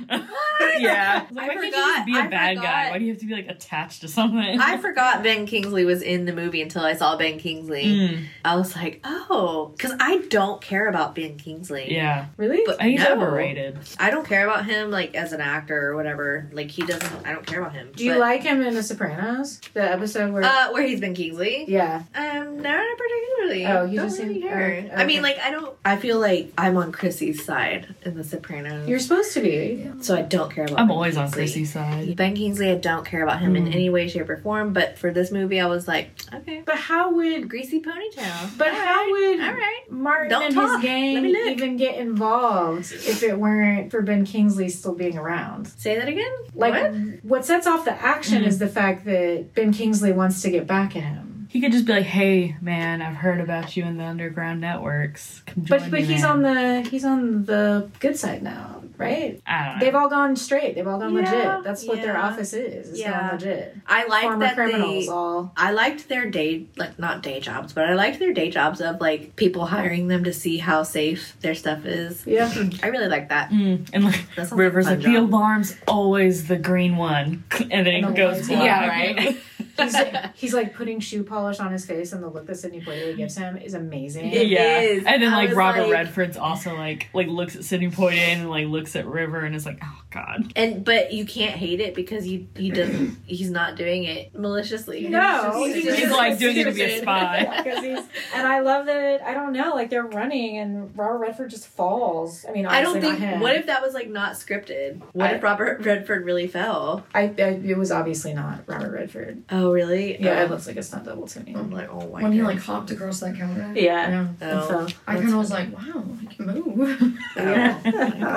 [SPEAKER 1] yeah. I was like, why
[SPEAKER 2] I
[SPEAKER 1] can't you just
[SPEAKER 2] forgot-
[SPEAKER 1] be a
[SPEAKER 2] I
[SPEAKER 1] bad guy?
[SPEAKER 2] forgot-
[SPEAKER 1] Why do you have to be like attached to something?
[SPEAKER 2] I forgot Ben Kingsley was in the movie until I saw Ben Kingsley.
[SPEAKER 1] Mm,
[SPEAKER 2] I was like, oh, because I don't care about Ben Kingsley.
[SPEAKER 1] yeah,
[SPEAKER 3] Really?
[SPEAKER 2] But
[SPEAKER 1] I think he's
[SPEAKER 2] no.
[SPEAKER 1] overrated.
[SPEAKER 2] I don't care about him like as an actor or whatever. Like he doesn't. I don't care about him.
[SPEAKER 3] Do you
[SPEAKER 2] But,
[SPEAKER 3] like him in The Sopranos? The episode where
[SPEAKER 2] uh where he's been Kingsley?
[SPEAKER 3] yeah,
[SPEAKER 2] Um, no, not particularly.
[SPEAKER 3] Oh, you
[SPEAKER 2] don't
[SPEAKER 3] just
[SPEAKER 2] really
[SPEAKER 3] in-
[SPEAKER 2] care.
[SPEAKER 3] oh,
[SPEAKER 2] I mean,
[SPEAKER 3] okay.
[SPEAKER 2] like I don't. I feel like I'm on Chrissy's side in The Sopranos,
[SPEAKER 3] you're supposed to be.
[SPEAKER 2] so I don't care about.
[SPEAKER 1] I'm
[SPEAKER 2] Ben
[SPEAKER 1] always on
[SPEAKER 2] Kingsley.
[SPEAKER 1] Chrissy's side.
[SPEAKER 2] Ben Kingsley, I don't care about him
[SPEAKER 3] Mm.
[SPEAKER 2] in any way, shape, or form. But for this movie, I was like, okay,
[SPEAKER 3] But how would?
[SPEAKER 2] greasy ponytail.
[SPEAKER 3] But how would?
[SPEAKER 2] All right.
[SPEAKER 3] Martin
[SPEAKER 2] Don't
[SPEAKER 3] and
[SPEAKER 2] talk.
[SPEAKER 3] his gang
[SPEAKER 2] Let me look.
[SPEAKER 3] even get involved if it weren't for Ben Kingsley still being around.
[SPEAKER 2] Say that again.
[SPEAKER 3] Like
[SPEAKER 2] What?
[SPEAKER 3] what, sets off the action is the fact that Ben Kingsley wants to get back at him.
[SPEAKER 1] He could just be like, hey man, I've heard about you in the underground networks. Come join
[SPEAKER 3] But but
[SPEAKER 1] me,
[SPEAKER 3] he's
[SPEAKER 1] man."
[SPEAKER 3] on the he's on the good side now, right?
[SPEAKER 1] I don't know.
[SPEAKER 3] They've all gone straight. They've all gone
[SPEAKER 2] Yeah,
[SPEAKER 3] legit. That's what their
[SPEAKER 2] yeah.
[SPEAKER 3] office is. It's
[SPEAKER 2] Yeah.
[SPEAKER 3] gone legit.
[SPEAKER 2] I like
[SPEAKER 3] Former
[SPEAKER 2] that
[SPEAKER 3] criminals
[SPEAKER 2] they.
[SPEAKER 3] all.
[SPEAKER 2] I liked their day, like not day jobs, but I liked their day jobs of like people hiring them to see how safe their stuff is.
[SPEAKER 3] Yeah.
[SPEAKER 2] I really like that.
[SPEAKER 1] Mm, and like
[SPEAKER 2] That sounds like
[SPEAKER 1] Rivers,
[SPEAKER 2] a fun
[SPEAKER 1] like the
[SPEAKER 2] job.
[SPEAKER 1] alarm's always the green one, and then
[SPEAKER 3] And
[SPEAKER 1] it
[SPEAKER 3] the
[SPEAKER 1] goes
[SPEAKER 3] lights
[SPEAKER 1] black.
[SPEAKER 3] Yeah, right? He's, he's like putting shoe polish on his face, and the look that Sidney Poitier gives him is amazing.
[SPEAKER 2] It
[SPEAKER 1] yeah,
[SPEAKER 2] is.
[SPEAKER 1] and then
[SPEAKER 2] I
[SPEAKER 1] like
[SPEAKER 2] was
[SPEAKER 1] Robert
[SPEAKER 2] like-
[SPEAKER 1] Redford's also like like looks at Sidney Poitier and then, like looks at River and is like, oh god,
[SPEAKER 2] And but you can't hate it because you he doesn't he's not doing it maliciously.
[SPEAKER 3] No,
[SPEAKER 2] he's, just-
[SPEAKER 1] he's,
[SPEAKER 3] He's
[SPEAKER 1] like doing it to be a
[SPEAKER 2] stupid.
[SPEAKER 1] spy.
[SPEAKER 3] Because he's, and I love that. I don't know, like they're running, and Robert Redford just falls. I mean,
[SPEAKER 2] I don't
[SPEAKER 3] obviously not
[SPEAKER 2] think.
[SPEAKER 3] him.
[SPEAKER 2] What if that was like not scripted? What
[SPEAKER 3] I-
[SPEAKER 2] if Robert Redford really fell?
[SPEAKER 3] I, I? It was obviously not Robert Redford.
[SPEAKER 2] Oh really?
[SPEAKER 3] Yeah, it
[SPEAKER 2] Oh.
[SPEAKER 3] looks like a stunt double to me.
[SPEAKER 2] I'm like oh my
[SPEAKER 4] when he
[SPEAKER 2] God.
[SPEAKER 4] like hopped across that counter.
[SPEAKER 3] Yeah,
[SPEAKER 4] Yeah.
[SPEAKER 3] and
[SPEAKER 2] Oh.
[SPEAKER 3] fell.
[SPEAKER 4] I kind of was like, wow, I can move.
[SPEAKER 2] Oh.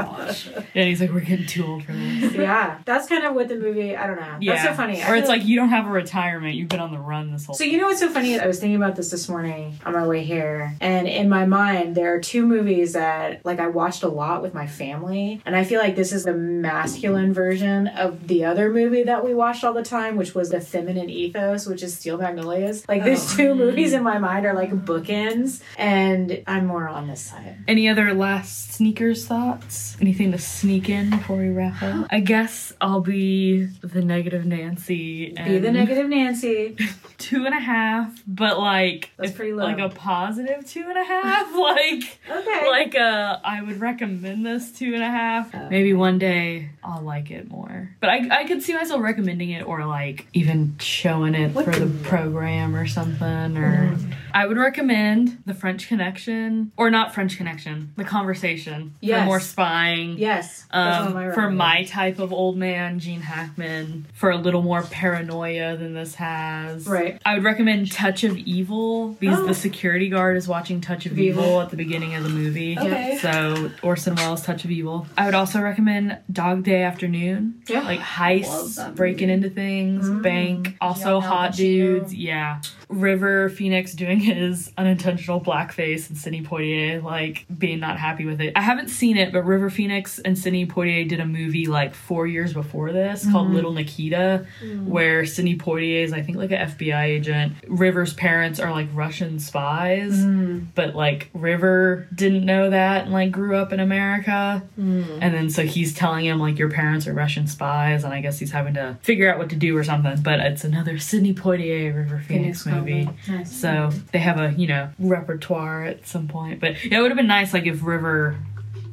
[SPEAKER 1] Yeah, he's like, we're getting too old for this.
[SPEAKER 3] yeah, that's kind of what the movie. I don't know.
[SPEAKER 1] Yeah,
[SPEAKER 3] That's so funny. I
[SPEAKER 1] Or it's
[SPEAKER 3] feel-
[SPEAKER 1] like you don't have a retirement; you've been on the run this whole.
[SPEAKER 3] So you know what's so funny? I was thinking about this this morning on my way here, and in my mind, there are two movies that like I watched a lot with my family, and I feel like this is the masculine version of the other movie that we watched all the time, which was the feminine ethos, which is Steel Magnolias. Like
[SPEAKER 1] Oh.
[SPEAKER 3] these two movies in my mind are like bookends, and I'm more on this side.
[SPEAKER 1] Any other last sneakers thoughts? Anything to sneak in before we wrap up? I guess I'll be the negative Nancy. And
[SPEAKER 3] Be the negative Nancy.
[SPEAKER 1] two and a half, but like
[SPEAKER 3] That's
[SPEAKER 1] if-
[SPEAKER 3] pretty low.
[SPEAKER 1] like a positive two and a half, like.
[SPEAKER 3] Okay.
[SPEAKER 1] like uh i would recommend this two and a half maybe one day i'll like it more but i i could see myself recommending it or like even showing it for the program or something or
[SPEAKER 3] Mm-hmm.
[SPEAKER 1] i would recommend the french connection or not french connection the conversation
[SPEAKER 3] Yes.
[SPEAKER 1] for more spying
[SPEAKER 3] yes. that's one of
[SPEAKER 1] Um, for
[SPEAKER 3] recommendations.
[SPEAKER 1] my type of old man, Gene Hackman, for a little more paranoia than this has.
[SPEAKER 3] Right.
[SPEAKER 1] I would recommend Touch of Evil because
[SPEAKER 3] Oh.
[SPEAKER 1] the security guard is watching Touch of
[SPEAKER 3] Evil.
[SPEAKER 1] Evil. at the beginning of the movie.
[SPEAKER 2] Okay.
[SPEAKER 1] So Orson Welles' Touch of Evil. I would also recommend Dog Day Afternoon.
[SPEAKER 3] Yeah.
[SPEAKER 1] Like
[SPEAKER 4] Love
[SPEAKER 1] heists,
[SPEAKER 4] that Mm-hmm.
[SPEAKER 1] breaking into things, bank, also
[SPEAKER 4] Al
[SPEAKER 1] hot
[SPEAKER 4] Pacino.
[SPEAKER 1] dudes. Yeah. River Phoenix doing his unintentional blackface and Sidney Poitier like being not happy with it. I haven't seen it, but River Phoenix and Sidney Poitier did a movie like
[SPEAKER 4] Mm-hmm. Mm.
[SPEAKER 1] four years before this called Little Nikita, where Sidney Poitier is I think like an FBI agent. River's parents are like Russian spies,
[SPEAKER 4] Mm-hmm.
[SPEAKER 1] but like River didn't know that and like grew up in America.
[SPEAKER 3] Hmm.
[SPEAKER 1] And then so he's telling him like your parents are Russian spies, and I guess he's having to figure out what to do or something. But it's another Sidney Poitier River Phoenix, movie.
[SPEAKER 3] Nice.
[SPEAKER 1] So they have a, you know, repertoire at some point. But yeah, it would have been nice like if River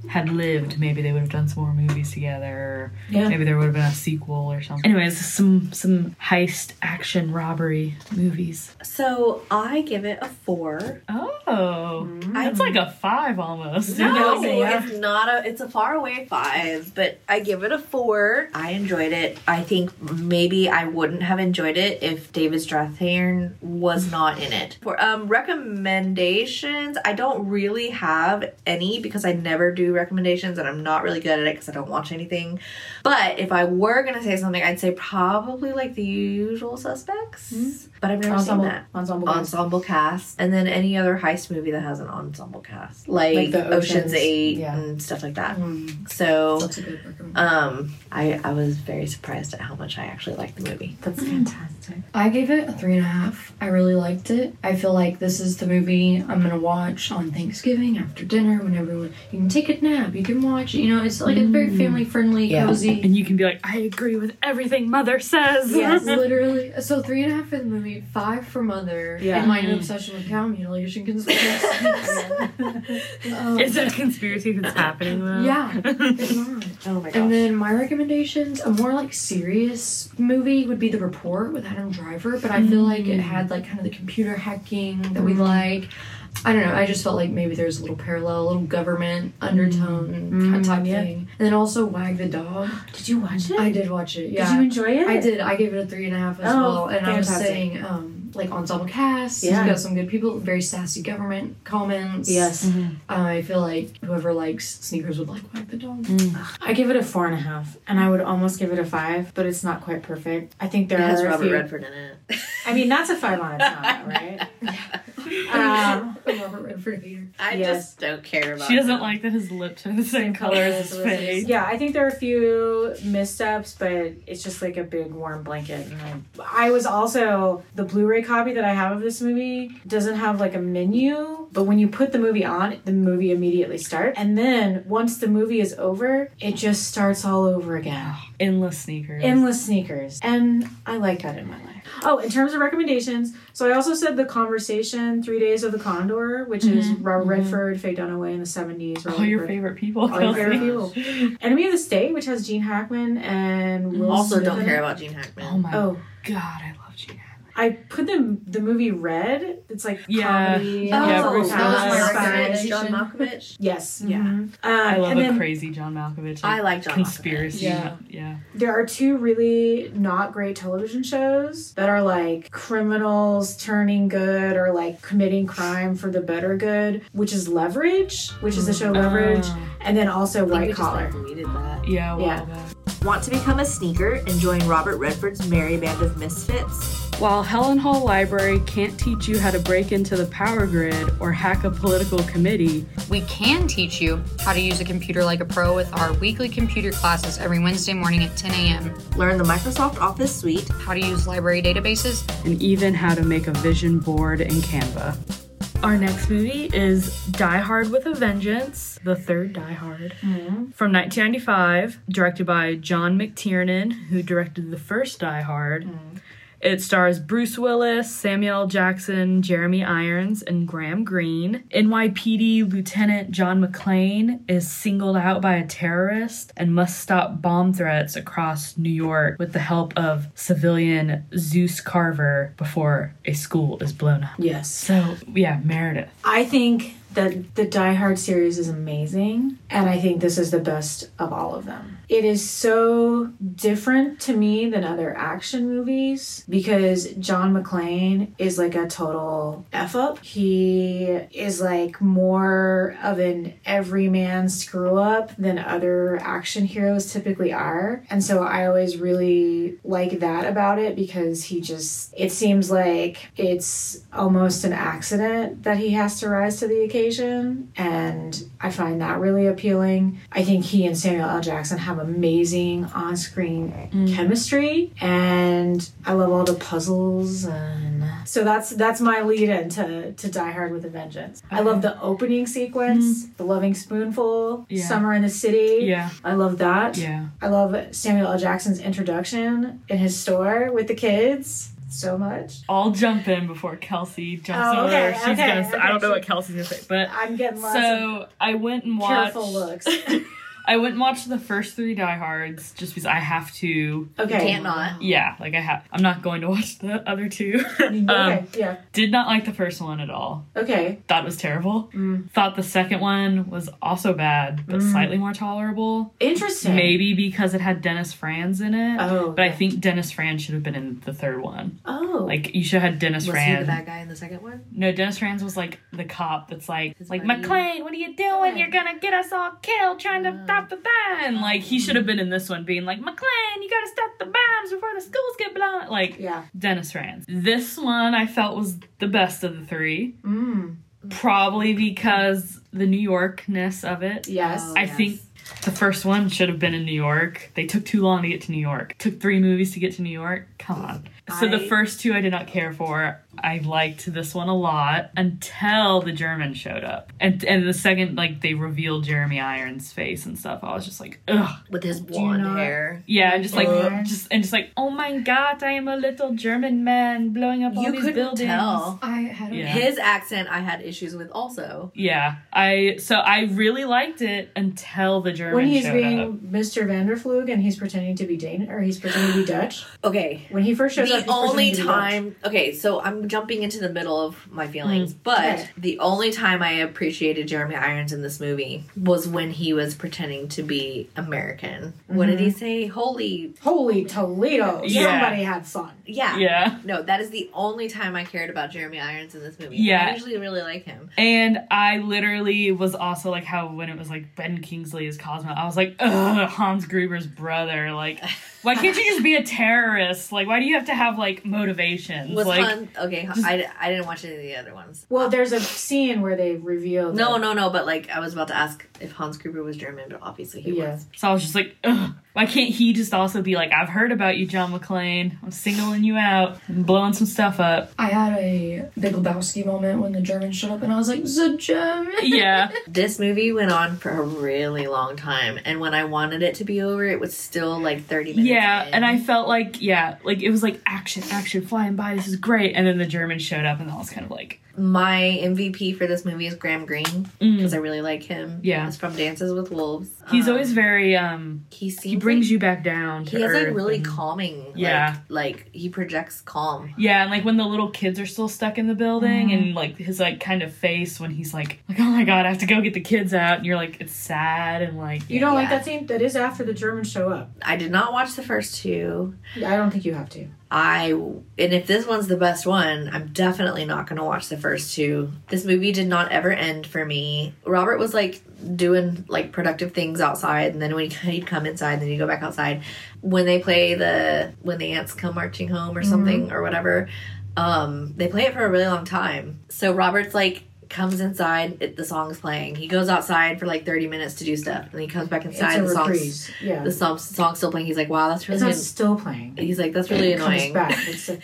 [SPEAKER 1] had lived, maybe they would have done some more movies together.
[SPEAKER 3] Yeah.
[SPEAKER 1] Maybe there would have been a sequel or something. Anyways, some some heist action robbery movies.
[SPEAKER 2] So I give it a four.
[SPEAKER 1] Oh. That's like a five almost.
[SPEAKER 3] No. Yeah.
[SPEAKER 2] it's not a. It's a far away five, but I give it a four. I enjoyed it. I think maybe I wouldn't have enjoyed it if David Strathairn was not in it. For um recommendations, I don't really have any because I never do recommendations and I'm not really good at it because I don't watch anything. But if I were gonna say something, I'd say probably like The Usual Suspects, but I've never
[SPEAKER 3] Ensemble.
[SPEAKER 2] seen that
[SPEAKER 3] Ensemble.
[SPEAKER 2] ensemble cast and then any other heist movie that has an ensemble cast like,
[SPEAKER 3] Like the
[SPEAKER 2] oceans,
[SPEAKER 3] Oceans,
[SPEAKER 2] 8
[SPEAKER 3] yeah.
[SPEAKER 2] and stuff like that
[SPEAKER 4] Mm,
[SPEAKER 2] so
[SPEAKER 4] that's a good recommendation.
[SPEAKER 2] um i i was very surprised at how much i actually liked the movie
[SPEAKER 3] That's fantastic.
[SPEAKER 4] I gave it a three and a half. I really liked it. I feel like this is the movie I'm gonna watch on Thanksgiving after dinner when everyone you can take a nap, you can watch. it, You know, it's like a very family friendly,
[SPEAKER 2] Yeah.
[SPEAKER 4] cozy.
[SPEAKER 1] And you can be like, I agree with everything mother says.
[SPEAKER 4] Yes, literally. So three and a half for the movie, five for Mother,
[SPEAKER 3] Yeah.
[SPEAKER 4] and my new obsession with cow mutilation conspiracies. um,
[SPEAKER 1] Is it a conspiracy that's happening though?
[SPEAKER 4] Yeah. it's not.
[SPEAKER 2] oh my
[SPEAKER 4] And then my recommendations, a more like serious movie would be The Report with Adam Driver, but I feel like it had like kind of the computer hacking that
[SPEAKER 3] Mm-hmm.
[SPEAKER 4] we like. I don't know. I just felt like maybe there's a little parallel, a little government undertone kind of type
[SPEAKER 3] Mm-hmm. yeah.
[SPEAKER 4] thing. And then also Wag the Dog.
[SPEAKER 3] Did you watch it?
[SPEAKER 4] I did watch it. Yeah,
[SPEAKER 3] Did you enjoy it?
[SPEAKER 4] I did. I gave it a three and a half as
[SPEAKER 3] Oh,
[SPEAKER 4] well. And I was
[SPEAKER 3] fantastic.
[SPEAKER 4] saying, um, like ensemble cast.
[SPEAKER 3] Yeah.
[SPEAKER 4] It's got some good people. Very sassy government comments.
[SPEAKER 3] Yes.
[SPEAKER 4] I feel like whoever likes sneakers would like Wag the Dog.
[SPEAKER 3] Mm. I give it a four and a half, and I would almost give it a five, but it's not quite perfect. I think there
[SPEAKER 2] it has
[SPEAKER 3] are a
[SPEAKER 2] robert
[SPEAKER 3] few-
[SPEAKER 2] redford in it
[SPEAKER 3] I mean, that's a five on its own, right? um,
[SPEAKER 4] Robert Redford hater.
[SPEAKER 2] i
[SPEAKER 3] Yes.
[SPEAKER 2] just don't care about
[SPEAKER 1] She doesn't
[SPEAKER 2] him.
[SPEAKER 1] like that his lips are the same color as his face.
[SPEAKER 3] yeah, I think there are a few missteps, but it's just like a big warm blanket. And I, I was also the Blu-ray copy that I have of this movie doesn't have like a menu, but when you put the movie on, the movie immediately starts, and then once the movie is over, it just starts all over again.
[SPEAKER 1] Endless sneakers.
[SPEAKER 3] endless sneakers and i like that in my life oh in terms of recommendations so i also said the conversation three days of the condor which is robert redford faye dunaway in the 70s
[SPEAKER 1] all
[SPEAKER 3] Robert
[SPEAKER 1] Oh, your
[SPEAKER 3] Redford-
[SPEAKER 1] favorite people.
[SPEAKER 3] all your favorite
[SPEAKER 1] Kelsey.
[SPEAKER 3] people. enemy of the state which has gene hackman and Will
[SPEAKER 2] Mm, also
[SPEAKER 3] Smith
[SPEAKER 2] don't
[SPEAKER 3] in
[SPEAKER 2] care
[SPEAKER 3] it.
[SPEAKER 2] about gene hackman
[SPEAKER 1] Oh my
[SPEAKER 3] oh
[SPEAKER 1] god, I love Gina.
[SPEAKER 3] i put the the movie red it's like
[SPEAKER 1] Yeah.
[SPEAKER 3] comedy,
[SPEAKER 2] Oh,
[SPEAKER 1] Yeah,
[SPEAKER 3] sci-fi,
[SPEAKER 1] Bruce
[SPEAKER 2] that was my
[SPEAKER 4] Willis.
[SPEAKER 2] recommendation. John
[SPEAKER 4] Recommendation.
[SPEAKER 2] Malkovich.
[SPEAKER 3] yes
[SPEAKER 2] Yeah.
[SPEAKER 3] mhm. um,
[SPEAKER 1] I love
[SPEAKER 3] and
[SPEAKER 1] a
[SPEAKER 3] then
[SPEAKER 1] crazy John Malkovich.
[SPEAKER 2] I like John
[SPEAKER 1] conspiracy.
[SPEAKER 4] Yeah.
[SPEAKER 1] yeah.
[SPEAKER 3] there are two really not great television shows that are like criminals turning good or like committing crime for the better good, which is Leverage, which is the show Leverage, and then also
[SPEAKER 2] Malkovich. Mm. Oh. I think we
[SPEAKER 3] White
[SPEAKER 2] just,
[SPEAKER 3] Collar.
[SPEAKER 2] like, deleted that.
[SPEAKER 1] yeah. Well,
[SPEAKER 3] Yeah.
[SPEAKER 1] that-
[SPEAKER 2] Want to become a sneaker and join Robert Redford's merry band of misfits?
[SPEAKER 1] While Helen Hall Library can't teach you how to break into the power grid or hack a political committee,
[SPEAKER 5] We can teach you how to use a computer like a pro with our weekly computer classes every Wednesday morning at 10 a.m.,
[SPEAKER 2] Learn the Microsoft Office suite
[SPEAKER 5] how to use library databases,
[SPEAKER 1] and even how to make a vision board in Canva. Our next movie is Die Hard with a Vengeance, the third Die Hard, from 1995, directed by John McTiernan, who directed the first Die Hard. It stars Bruce Willis, Samuel L. Jackson, Jeremy Irons, and Graham Greene. NYPD Lieutenant John McClane is singled out by a terrorist and must stop bomb threats across New York with the help of civilian Zeus Carver before a school is blown up.
[SPEAKER 3] Yes.
[SPEAKER 1] So, yeah, Meredith.
[SPEAKER 3] I think that the Die Hard series is amazing, and I think this is the best of all of them. It is so different to me than other action movies because John McClane is like a total F up. He is like more of an everyman screw up than other action heroes typically are. And so I always really like that about it because he just, it seems like it's almost an accident that he has to rise to the occasion. And I find that really appealing. I think he and Samuel L. Jackson have um, amazing on screen
[SPEAKER 1] Mm.
[SPEAKER 3] chemistry, and I love all the puzzles and. So that's that's my lead in to, to Die Hard with a Vengeance. I love the opening sequence, the loving spoonful,
[SPEAKER 1] Mm. Yeah.
[SPEAKER 3] summer in the city.
[SPEAKER 1] Yeah.
[SPEAKER 3] I love that.
[SPEAKER 1] Yeah.
[SPEAKER 3] I love Samuel L. Jackson's introduction in his store with the kids so much.
[SPEAKER 1] I'll jump in before Kelsey jumps
[SPEAKER 3] Oh,
[SPEAKER 1] over.
[SPEAKER 3] okay,
[SPEAKER 1] She's
[SPEAKER 3] okay,
[SPEAKER 1] gonna. s- I
[SPEAKER 3] okay,
[SPEAKER 1] don't know
[SPEAKER 3] she-
[SPEAKER 1] what Kelsey's gonna say, but
[SPEAKER 3] I'm getting lots of
[SPEAKER 1] so I went and watched.
[SPEAKER 3] careful looks.
[SPEAKER 1] I went and watched the first three Die Hards just because I have to.
[SPEAKER 3] Okay.
[SPEAKER 2] Can't not.
[SPEAKER 1] Yeah, like I have. I'm not going to watch the other two.
[SPEAKER 3] Okay.
[SPEAKER 1] um,
[SPEAKER 3] yeah.
[SPEAKER 1] did not like the first one at all.
[SPEAKER 3] Okay.
[SPEAKER 1] Thought it was terrible.
[SPEAKER 3] Mm.
[SPEAKER 1] Thought the second one was also bad, but
[SPEAKER 3] Mm.
[SPEAKER 1] slightly more tolerable.
[SPEAKER 3] Interesting.
[SPEAKER 1] Maybe because it had Dennis Franz in it.
[SPEAKER 3] Oh,
[SPEAKER 1] But I
[SPEAKER 3] okay.
[SPEAKER 1] think Dennis Franz should have been in the third one.
[SPEAKER 3] Oh.
[SPEAKER 1] Like you should have had Dennis
[SPEAKER 2] Was he the
[SPEAKER 1] Franz.
[SPEAKER 2] bad guy in the second one?
[SPEAKER 1] No, Dennis Franz was like the cop that's like,
[SPEAKER 2] His
[SPEAKER 1] like
[SPEAKER 2] buddy.
[SPEAKER 1] McLean, what are you doing? You're gonna get us all killed trying
[SPEAKER 2] Uh.
[SPEAKER 1] to stop the bomb. Like he should have been in this one, being like, McLean, you gotta stop the bombs before the schools get blown. Like
[SPEAKER 3] yeah.
[SPEAKER 1] Dennis Franz. This one I felt was the best of the three,
[SPEAKER 3] Mm.
[SPEAKER 1] probably because the New Yorkness of it.
[SPEAKER 3] Yes.
[SPEAKER 1] I
[SPEAKER 2] yes.
[SPEAKER 1] think the first one should have been in New York. They took too long to get to New York. Took three movies to get to New York. Come on. So the
[SPEAKER 3] I-
[SPEAKER 1] first two I did not care for. I liked this one a lot until the Germans showed up, and and the second like they revealed Jeremy Irons' face and stuff. I was just like, ugh,
[SPEAKER 2] With his
[SPEAKER 3] you
[SPEAKER 2] blonde
[SPEAKER 3] not-
[SPEAKER 2] hair.
[SPEAKER 1] yeah, and just like
[SPEAKER 3] Ugh.
[SPEAKER 1] just and just like, oh my god, I am a little German man blowing up all
[SPEAKER 2] You
[SPEAKER 1] these
[SPEAKER 2] couldn't
[SPEAKER 1] buildings.
[SPEAKER 2] tell.
[SPEAKER 4] I had a
[SPEAKER 1] Yeah.
[SPEAKER 2] His accent I had issues with also.
[SPEAKER 1] Yeah, I so I really liked it until the Germans
[SPEAKER 3] when he's
[SPEAKER 1] showed
[SPEAKER 3] being
[SPEAKER 1] up.
[SPEAKER 3] Mr. Vanderflug and he's pretending to be Dane or he's pretending to be Dutch.
[SPEAKER 2] Okay.
[SPEAKER 3] When he first shows
[SPEAKER 2] the
[SPEAKER 3] up, he's
[SPEAKER 2] only
[SPEAKER 3] pretending to be
[SPEAKER 2] time okay so i'm jumping into the middle of my feelings but
[SPEAKER 3] Okay.
[SPEAKER 2] the only time i appreciated jeremy irons in this movie was when he was pretending to be american what did he say holy
[SPEAKER 3] Dutch. Holy Toledo!
[SPEAKER 1] Yeah.
[SPEAKER 3] Somebody had fun.
[SPEAKER 2] yeah
[SPEAKER 1] yeah.
[SPEAKER 2] no that is the only time i cared about jeremy irons in this movie i
[SPEAKER 1] Yeah.
[SPEAKER 2] usually really like him
[SPEAKER 1] And I literally was also like how when it was like Ben Kingsley as Cosmo, I was like, ugh, Hans Gruber's brother. Like, why can't you just be a terrorist? Like, why do you have to have like motivations?
[SPEAKER 2] was
[SPEAKER 1] like,
[SPEAKER 2] Han- okay I, I didn't watch any of the other ones
[SPEAKER 3] Well, there's a scene where they reveal.
[SPEAKER 2] no
[SPEAKER 3] that-
[SPEAKER 2] no no but like i was about to ask if hans gruber was german but obviously he
[SPEAKER 3] Yeah.
[SPEAKER 2] was
[SPEAKER 1] so I was just like, ugh, why can't he just also be like, I've heard about you, John McClane. I'm singling you out and blowing some stuff up.
[SPEAKER 4] I had a Big Lebowski moment when the Germans showed up, and I was like, "The German."
[SPEAKER 1] Yeah,
[SPEAKER 2] This movie went on for a really long time, and when I wanted it to be over, it was still like 30 minutes.
[SPEAKER 1] yeah.
[SPEAKER 2] in.
[SPEAKER 1] And I felt like, yeah, like it was like action, action, flying by. This is great. And then the Germans showed up, and I was kind of like,
[SPEAKER 2] my MVP for this movie is Graham Greene
[SPEAKER 1] mm.
[SPEAKER 2] because I really like him.
[SPEAKER 1] Yeah.
[SPEAKER 2] He's from Dances with Wolves.
[SPEAKER 1] he's
[SPEAKER 2] Um,
[SPEAKER 1] always very um.
[SPEAKER 2] he seems
[SPEAKER 1] He brings you back down to
[SPEAKER 2] He has like
[SPEAKER 1] earth
[SPEAKER 2] really
[SPEAKER 1] and-
[SPEAKER 2] calming.
[SPEAKER 1] Yeah.
[SPEAKER 2] Like, like he projects calm.
[SPEAKER 1] Yeah, and like when the little kids are still stuck in the building,
[SPEAKER 3] Mm.
[SPEAKER 1] and like his like kind of face when he's like, like oh my god, I have to go get the kids out, and you're like, it's sad and like
[SPEAKER 3] You don't like
[SPEAKER 2] Yeah.
[SPEAKER 3] that scene? That is after the Germans show up.
[SPEAKER 2] I did not watch the first two.
[SPEAKER 3] I don't think you have to.
[SPEAKER 2] I and if this one's the best one, I'm definitely not going to watch the first two. This movie did not ever end for me. Robert was like doing like productive things outside, and then when he'd come inside, then he'd go back outside. When they play the when the ants come marching home
[SPEAKER 3] Mm-hmm.
[SPEAKER 2] or something or whatever, um, they play it for a really long time. So Robert's like comes inside, it, the song's playing. He goes outside for like 30 minutes to do stuff, and he comes back
[SPEAKER 3] It's
[SPEAKER 2] inside.
[SPEAKER 3] a
[SPEAKER 2] The song's,
[SPEAKER 3] reprise. Yeah.
[SPEAKER 2] the song's song's still playing. He's like, wow, that's
[SPEAKER 3] it's
[SPEAKER 2] really.
[SPEAKER 3] not
[SPEAKER 2] an-
[SPEAKER 3] still playing.
[SPEAKER 2] He's like, that's really
[SPEAKER 3] It
[SPEAKER 2] annoying
[SPEAKER 3] Comes back. It's a,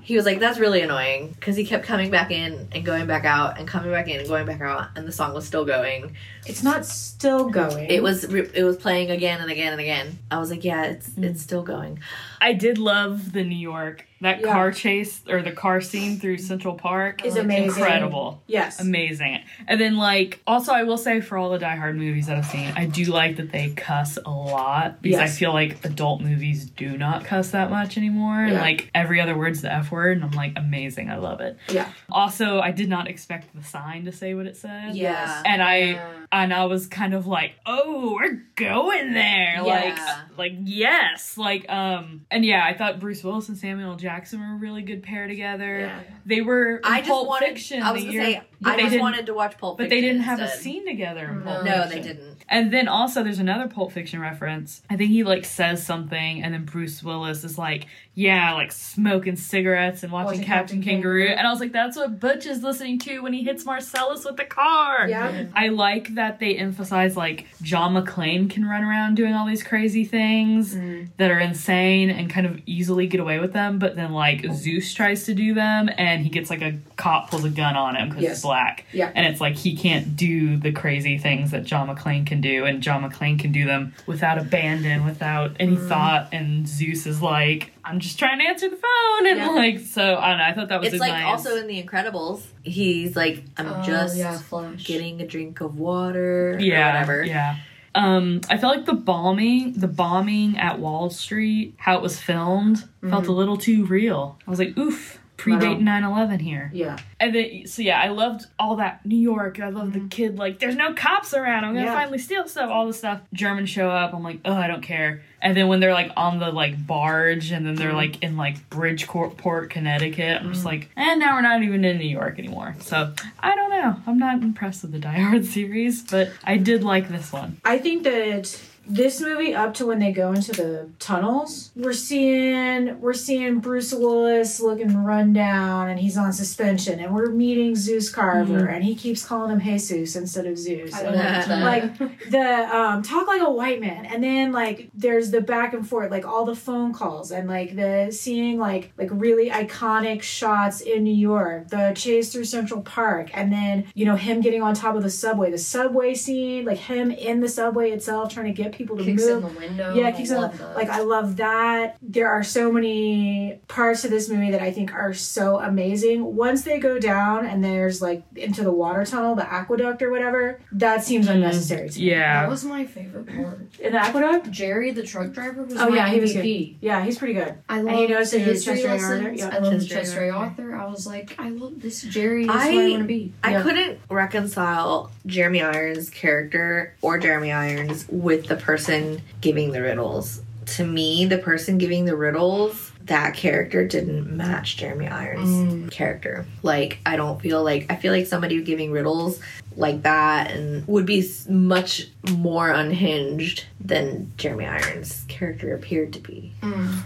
[SPEAKER 2] he was like, "That's really annoying," because he kept coming back in and going back out and coming back in and going back out, and the song was still going.
[SPEAKER 3] it's not still going.
[SPEAKER 2] It was re- it was playing again and again and again. I was like, "Yeah, it's
[SPEAKER 1] Mm.
[SPEAKER 2] it's still going."
[SPEAKER 1] I did love the New York that
[SPEAKER 3] Yeah.
[SPEAKER 1] car chase or the car scene through Central Park
[SPEAKER 3] Is
[SPEAKER 1] Like,
[SPEAKER 3] amazing.
[SPEAKER 1] incredible.
[SPEAKER 3] yes.
[SPEAKER 1] Amazing. And then, like, also, I will say for all the Die Hard movies that I've seen, I do like that they cuss a lot because I
[SPEAKER 3] Yes.
[SPEAKER 1] feel like adult movies do not cuss that much anymore. And,
[SPEAKER 3] Yeah.
[SPEAKER 1] like, every other word's the F word. And I'm like, amazing. I love it.
[SPEAKER 3] Yeah.
[SPEAKER 1] Also, I did not expect the sign to say what it said.
[SPEAKER 2] Yeah.
[SPEAKER 1] And I and I was kind of like, "Oh, we're going there."
[SPEAKER 2] Yeah.
[SPEAKER 1] Like like yes, like um and yeah, I thought Bruce Willis and Samuel L. Jackson were a really good pair together.
[SPEAKER 2] Yeah.
[SPEAKER 1] They were in
[SPEAKER 2] I just
[SPEAKER 1] Pulp
[SPEAKER 2] wanted.
[SPEAKER 1] Fiction.
[SPEAKER 2] I was
[SPEAKER 1] the
[SPEAKER 2] gonna
[SPEAKER 1] year-
[SPEAKER 2] say
[SPEAKER 1] but
[SPEAKER 2] I
[SPEAKER 1] they
[SPEAKER 2] just
[SPEAKER 1] didn't-
[SPEAKER 2] wanted to watch Pulp
[SPEAKER 1] but
[SPEAKER 2] Fiction.
[SPEAKER 1] they didn't have a
[SPEAKER 2] instead.
[SPEAKER 1] scene together. in
[SPEAKER 4] No.
[SPEAKER 1] Pulp
[SPEAKER 2] No, they
[SPEAKER 1] Fiction.
[SPEAKER 2] didn't.
[SPEAKER 1] And then also there's another Pulp Fiction reference. I think he like says something, and then Bruce Willis is like, "Yeah, like smoking cigarettes and watching,
[SPEAKER 3] Watching
[SPEAKER 1] Captain,
[SPEAKER 3] Captain
[SPEAKER 1] Kangaroo.
[SPEAKER 3] Kangaroo.
[SPEAKER 1] And I was like, "That's what Butch is listening to when he hits Marcellus with the car."
[SPEAKER 4] Yeah.
[SPEAKER 1] I like that they emphasize like John McClane can run around doing all these crazy things
[SPEAKER 2] Mm-hmm.
[SPEAKER 1] that are insane and kind of easily get away with them, but then like Zeus tries to do them and he gets like a cop pulls a gun on him because
[SPEAKER 3] Yes.
[SPEAKER 1] he's black.
[SPEAKER 3] Yeah.
[SPEAKER 1] And it's like he can't do the crazy things that John McClane can do, and John McClane can do them without abandon, without any
[SPEAKER 2] Mm-hmm.
[SPEAKER 1] thought. And Zeus is like, I'm just trying to answer the phone, and
[SPEAKER 2] Yeah.
[SPEAKER 1] like so I don't know. I thought that was
[SPEAKER 2] It's
[SPEAKER 1] a
[SPEAKER 2] like
[SPEAKER 1] nice-
[SPEAKER 2] also in The Incredibles, he's like, I'm
[SPEAKER 4] Oh,
[SPEAKER 2] just
[SPEAKER 4] yeah, Flash.
[SPEAKER 2] getting a drink of water
[SPEAKER 1] yeah,
[SPEAKER 2] or whatever.
[SPEAKER 1] Yeah. Um, I felt like the bombing, the bombing at Wall Street, how it was filmed, felt
[SPEAKER 2] Mm-hmm.
[SPEAKER 1] a little too real. I was like, oof, predating 9/11 here.
[SPEAKER 3] Yeah.
[SPEAKER 1] And then, so yeah, I loved all that New York. I loved the kid like, there's no cops around. I'm gonna
[SPEAKER 3] Yeah.
[SPEAKER 1] finally steal stuff. All this stuff. Germans show up. I'm like, oh, I don't care. And then when they're like on the like barge, and then they're like in like Bridgeport, Connecticut. I'm just like, and now we're not even in New York anymore. So I don't know. I'm not impressed with the Die Hard series, but I did like this one.
[SPEAKER 3] I think that this movie up to when they go into the tunnels, we're seeing we're seeing Bruce Willis looking run down and he's on suspension and we're meeting Zeus Carver
[SPEAKER 2] Mm-hmm.
[SPEAKER 3] and he keeps calling him Jesus instead of Zeus.
[SPEAKER 4] I
[SPEAKER 3] And,
[SPEAKER 4] love that.
[SPEAKER 3] like the um, talk like a white man and then like there's the back and forth like all the phone calls and like the seeing like like really iconic shots in new york the chase through central park and then you know him getting on top of the subway the subway scene like him in the subway itself trying to get people to
[SPEAKER 4] kicks
[SPEAKER 3] move
[SPEAKER 4] in the window.
[SPEAKER 3] yeah,
[SPEAKER 4] I
[SPEAKER 3] it keeps on.
[SPEAKER 4] love that.
[SPEAKER 3] Like I love that. There are so many parts of this movie that I think are so amazing. Once they go down and there's like into the water tunnel, the aqueduct or whatever, that seems unnecessary to me.
[SPEAKER 4] that
[SPEAKER 1] Yeah.
[SPEAKER 4] was my favorite part.
[SPEAKER 3] In the aqueduct?
[SPEAKER 4] Jerry, the truck driver, was
[SPEAKER 3] Oh
[SPEAKER 4] my
[SPEAKER 3] yeah, he was
[SPEAKER 4] MVP.
[SPEAKER 3] good. Yeah, he's pretty good.
[SPEAKER 4] I
[SPEAKER 3] he
[SPEAKER 4] love
[SPEAKER 3] knows
[SPEAKER 4] the
[SPEAKER 3] who
[SPEAKER 4] history
[SPEAKER 3] Chester Arthur-
[SPEAKER 4] lessons.
[SPEAKER 3] yeah,
[SPEAKER 4] I love
[SPEAKER 2] Chester
[SPEAKER 4] Chester A. Arthur. I was like, I love this Jerry. This is
[SPEAKER 2] I-
[SPEAKER 4] where I want to be.
[SPEAKER 2] I
[SPEAKER 3] Yeah.
[SPEAKER 2] couldn't reconcile Jeremy Irons' character or Jeremy Irons with the person giving the riddles. To me, the person giving the riddles, that character didn't match Jeremy Irons' character. Like, I don't feel like I feel like somebody giving riddles like that and would be s- much more unhinged than Jeremy Irons' character appeared to be.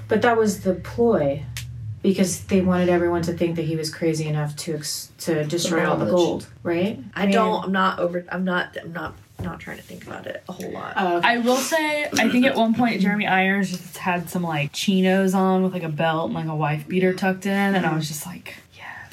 [SPEAKER 3] But that was the ploy, because they wanted everyone to think that he was crazy enough to ex- to destroy all the
[SPEAKER 4] Knowledge.
[SPEAKER 3] gold, right?
[SPEAKER 2] I don't. I'm not over. I'm not. I'm not. Not trying to think about it a whole lot.
[SPEAKER 3] Oh, okay.
[SPEAKER 1] I will say, I think at one point Jeremy Irons just had some like chinos on with like a belt and like a wife beater tucked in, and I was just like,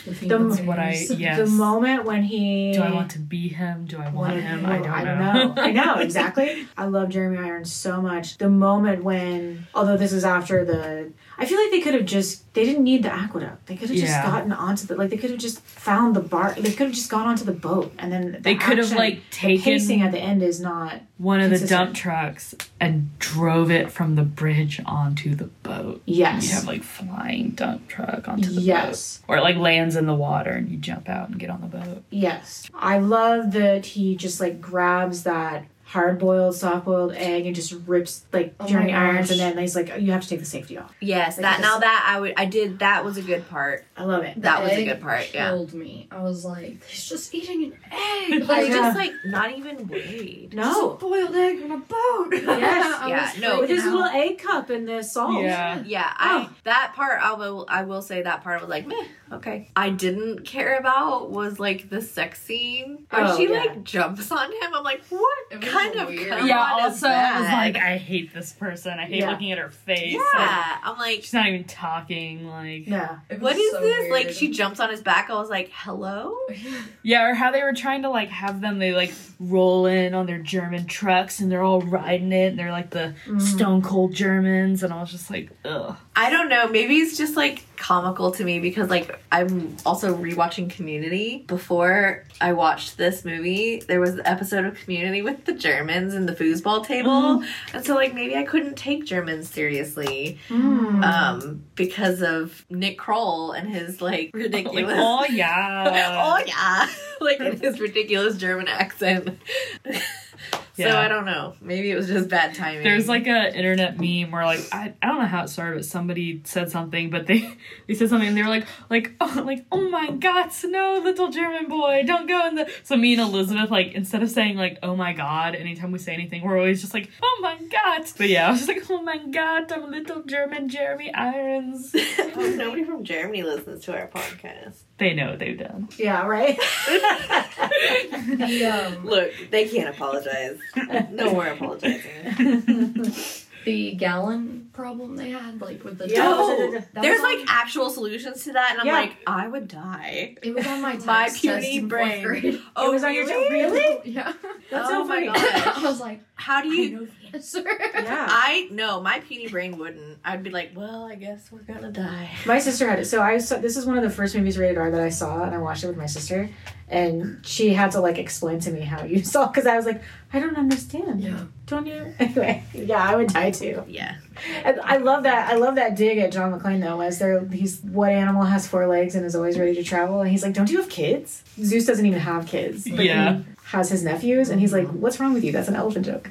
[SPEAKER 4] The,
[SPEAKER 3] The-
[SPEAKER 1] what I yes.
[SPEAKER 3] the moment when he
[SPEAKER 1] Do I want to be him? Do I want him? I
[SPEAKER 3] Well,
[SPEAKER 1] don't know.
[SPEAKER 3] know. I know exactly. I love Jeremy Irons so much. The moment when, although this is after the, I feel like they could have just. They didn't need the aqueduct. They could have just
[SPEAKER 1] Yeah.
[SPEAKER 3] gotten onto the. Like they could have just found the bar. They could have just gone onto the boat and then the
[SPEAKER 1] They could have,
[SPEAKER 3] action-
[SPEAKER 1] like,
[SPEAKER 3] The pacing
[SPEAKER 1] taken-
[SPEAKER 3] at the end is not.
[SPEAKER 1] One of the
[SPEAKER 3] Consistent.
[SPEAKER 1] dump trucks and drove it from the bridge onto the boat. You
[SPEAKER 3] Yes.
[SPEAKER 1] have like flying dump truck onto the
[SPEAKER 3] Yes.
[SPEAKER 1] boat, or it like lands in the water and you jump out and get on the boat.
[SPEAKER 3] Yes. I love that he just like grabs that. Hard boiled, soft boiled egg, and just rips like
[SPEAKER 4] Oh my
[SPEAKER 3] Jeremy Irons,
[SPEAKER 4] gosh.
[SPEAKER 3] and then he's like, oh, "You have to take the safety off."
[SPEAKER 2] Yes,
[SPEAKER 3] Like,
[SPEAKER 2] that
[SPEAKER 3] it's-
[SPEAKER 2] now that I would I did that was a good part.
[SPEAKER 3] I love it.
[SPEAKER 2] that was a good part, yeah.
[SPEAKER 4] Killed me. I was like, he's just eating an egg.
[SPEAKER 2] I
[SPEAKER 4] Like,
[SPEAKER 3] Yeah.
[SPEAKER 2] just like not even worried.
[SPEAKER 4] just
[SPEAKER 3] No,
[SPEAKER 4] a boiled egg on a boat.
[SPEAKER 3] Yes.
[SPEAKER 4] I
[SPEAKER 2] Yeah,
[SPEAKER 4] was
[SPEAKER 2] no.
[SPEAKER 3] with
[SPEAKER 4] freaking
[SPEAKER 3] his
[SPEAKER 4] out.
[SPEAKER 3] little egg cup and the salt.
[SPEAKER 1] Yeah.
[SPEAKER 2] Yeah, I that part I will I will say that part I was like meh okay. I didn't care about was like the sex scene where
[SPEAKER 3] Oh,
[SPEAKER 2] she
[SPEAKER 3] yeah.
[SPEAKER 2] like jumps on him. I'm like what
[SPEAKER 4] It was
[SPEAKER 2] kind of
[SPEAKER 4] weird.
[SPEAKER 2] come
[SPEAKER 1] Yeah.
[SPEAKER 2] on is
[SPEAKER 1] Also, I was
[SPEAKER 2] that?
[SPEAKER 1] like, I hate this person. I hate
[SPEAKER 3] Yeah.
[SPEAKER 1] looking at her face. Like,
[SPEAKER 2] yeah. I'm like
[SPEAKER 1] she's not even talking. Like.
[SPEAKER 3] Yeah.
[SPEAKER 4] It was
[SPEAKER 2] what is
[SPEAKER 4] so
[SPEAKER 2] this? Like
[SPEAKER 4] weird.
[SPEAKER 2] she jumps on his back. I was like hello.
[SPEAKER 1] Yeah, or how they were trying to like have them they like roll in on their German trucks and they're all riding it and they're like the stone cold Germans and I was just like, ugh.
[SPEAKER 2] I don't know. Maybe it's just like comical to me because like I'm also rewatching Community. Before I watched this movie, there was an episode of Community with the Germans and the foosball table,
[SPEAKER 1] Mm-hmm.
[SPEAKER 2] and so like maybe I couldn't take Germans seriously
[SPEAKER 1] Mm.
[SPEAKER 2] um, because of Nick Kroll and his like
[SPEAKER 1] Like,
[SPEAKER 2] ridiculous.
[SPEAKER 1] oh yeah.
[SPEAKER 2] oh yeah, like his ridiculous German accent. So
[SPEAKER 1] Yeah.
[SPEAKER 2] I don't know. Maybe it was just bad timing.
[SPEAKER 1] There's like a internet meme where like I, I don't know how it started, but somebody said something, but they they said something and they were like like oh like oh my god, no little German boy, don't go in the so me and Elizabeth like instead of saying like oh my god, anytime we say anything, we're always just like oh my god. But yeah, I was just like oh my god, I'm little German Jeremy Irons.
[SPEAKER 2] Oh, nobody from Germany listens to our podcast.
[SPEAKER 1] they know what they've done.
[SPEAKER 3] Yeah, right?
[SPEAKER 4] The, um,
[SPEAKER 2] Look, they can't apologize. no, we're apologizing.
[SPEAKER 4] the gallon problem they had, like with the
[SPEAKER 3] Yeah.
[SPEAKER 4] tub,
[SPEAKER 2] No,
[SPEAKER 4] that was
[SPEAKER 2] There's
[SPEAKER 4] on-
[SPEAKER 2] like actual solutions to that, and I'm
[SPEAKER 3] Yeah.
[SPEAKER 2] like, I would die.
[SPEAKER 4] it was on
[SPEAKER 2] my
[SPEAKER 4] my test test
[SPEAKER 2] puny
[SPEAKER 4] in fourth
[SPEAKER 2] brain.
[SPEAKER 4] grade.
[SPEAKER 3] it was on your
[SPEAKER 2] really?
[SPEAKER 3] Really?
[SPEAKER 4] Yeah,
[SPEAKER 3] That's
[SPEAKER 2] Oh
[SPEAKER 3] so
[SPEAKER 2] my
[SPEAKER 3] funny.
[SPEAKER 2] God.
[SPEAKER 4] I was like,
[SPEAKER 2] How do
[SPEAKER 4] I
[SPEAKER 2] you?
[SPEAKER 4] know the answer.
[SPEAKER 3] Yeah.
[SPEAKER 2] I no, my puny brain wouldn't. I'd be like, well, I guess we're gonna die.
[SPEAKER 3] My sister had it. So I saw, this is one of the first movies rated R that I saw, and I watched it with my sister, and she had to like explain to me how you saw because I was like, I don't understand.
[SPEAKER 4] Yeah.
[SPEAKER 3] Don't you? Anyway, yeah, I would die too.
[SPEAKER 2] Yeah,
[SPEAKER 3] And I love that. I love that dig at John McClane though. As there, he's what animal has four legs and is always ready to travel, and he's like, don't you have kids? Zeus doesn't even have kids. But
[SPEAKER 1] Yeah.
[SPEAKER 3] He, has his nephews and he's like,
[SPEAKER 4] Mm-hmm.
[SPEAKER 3] "What's wrong with you? That's an elephant joke."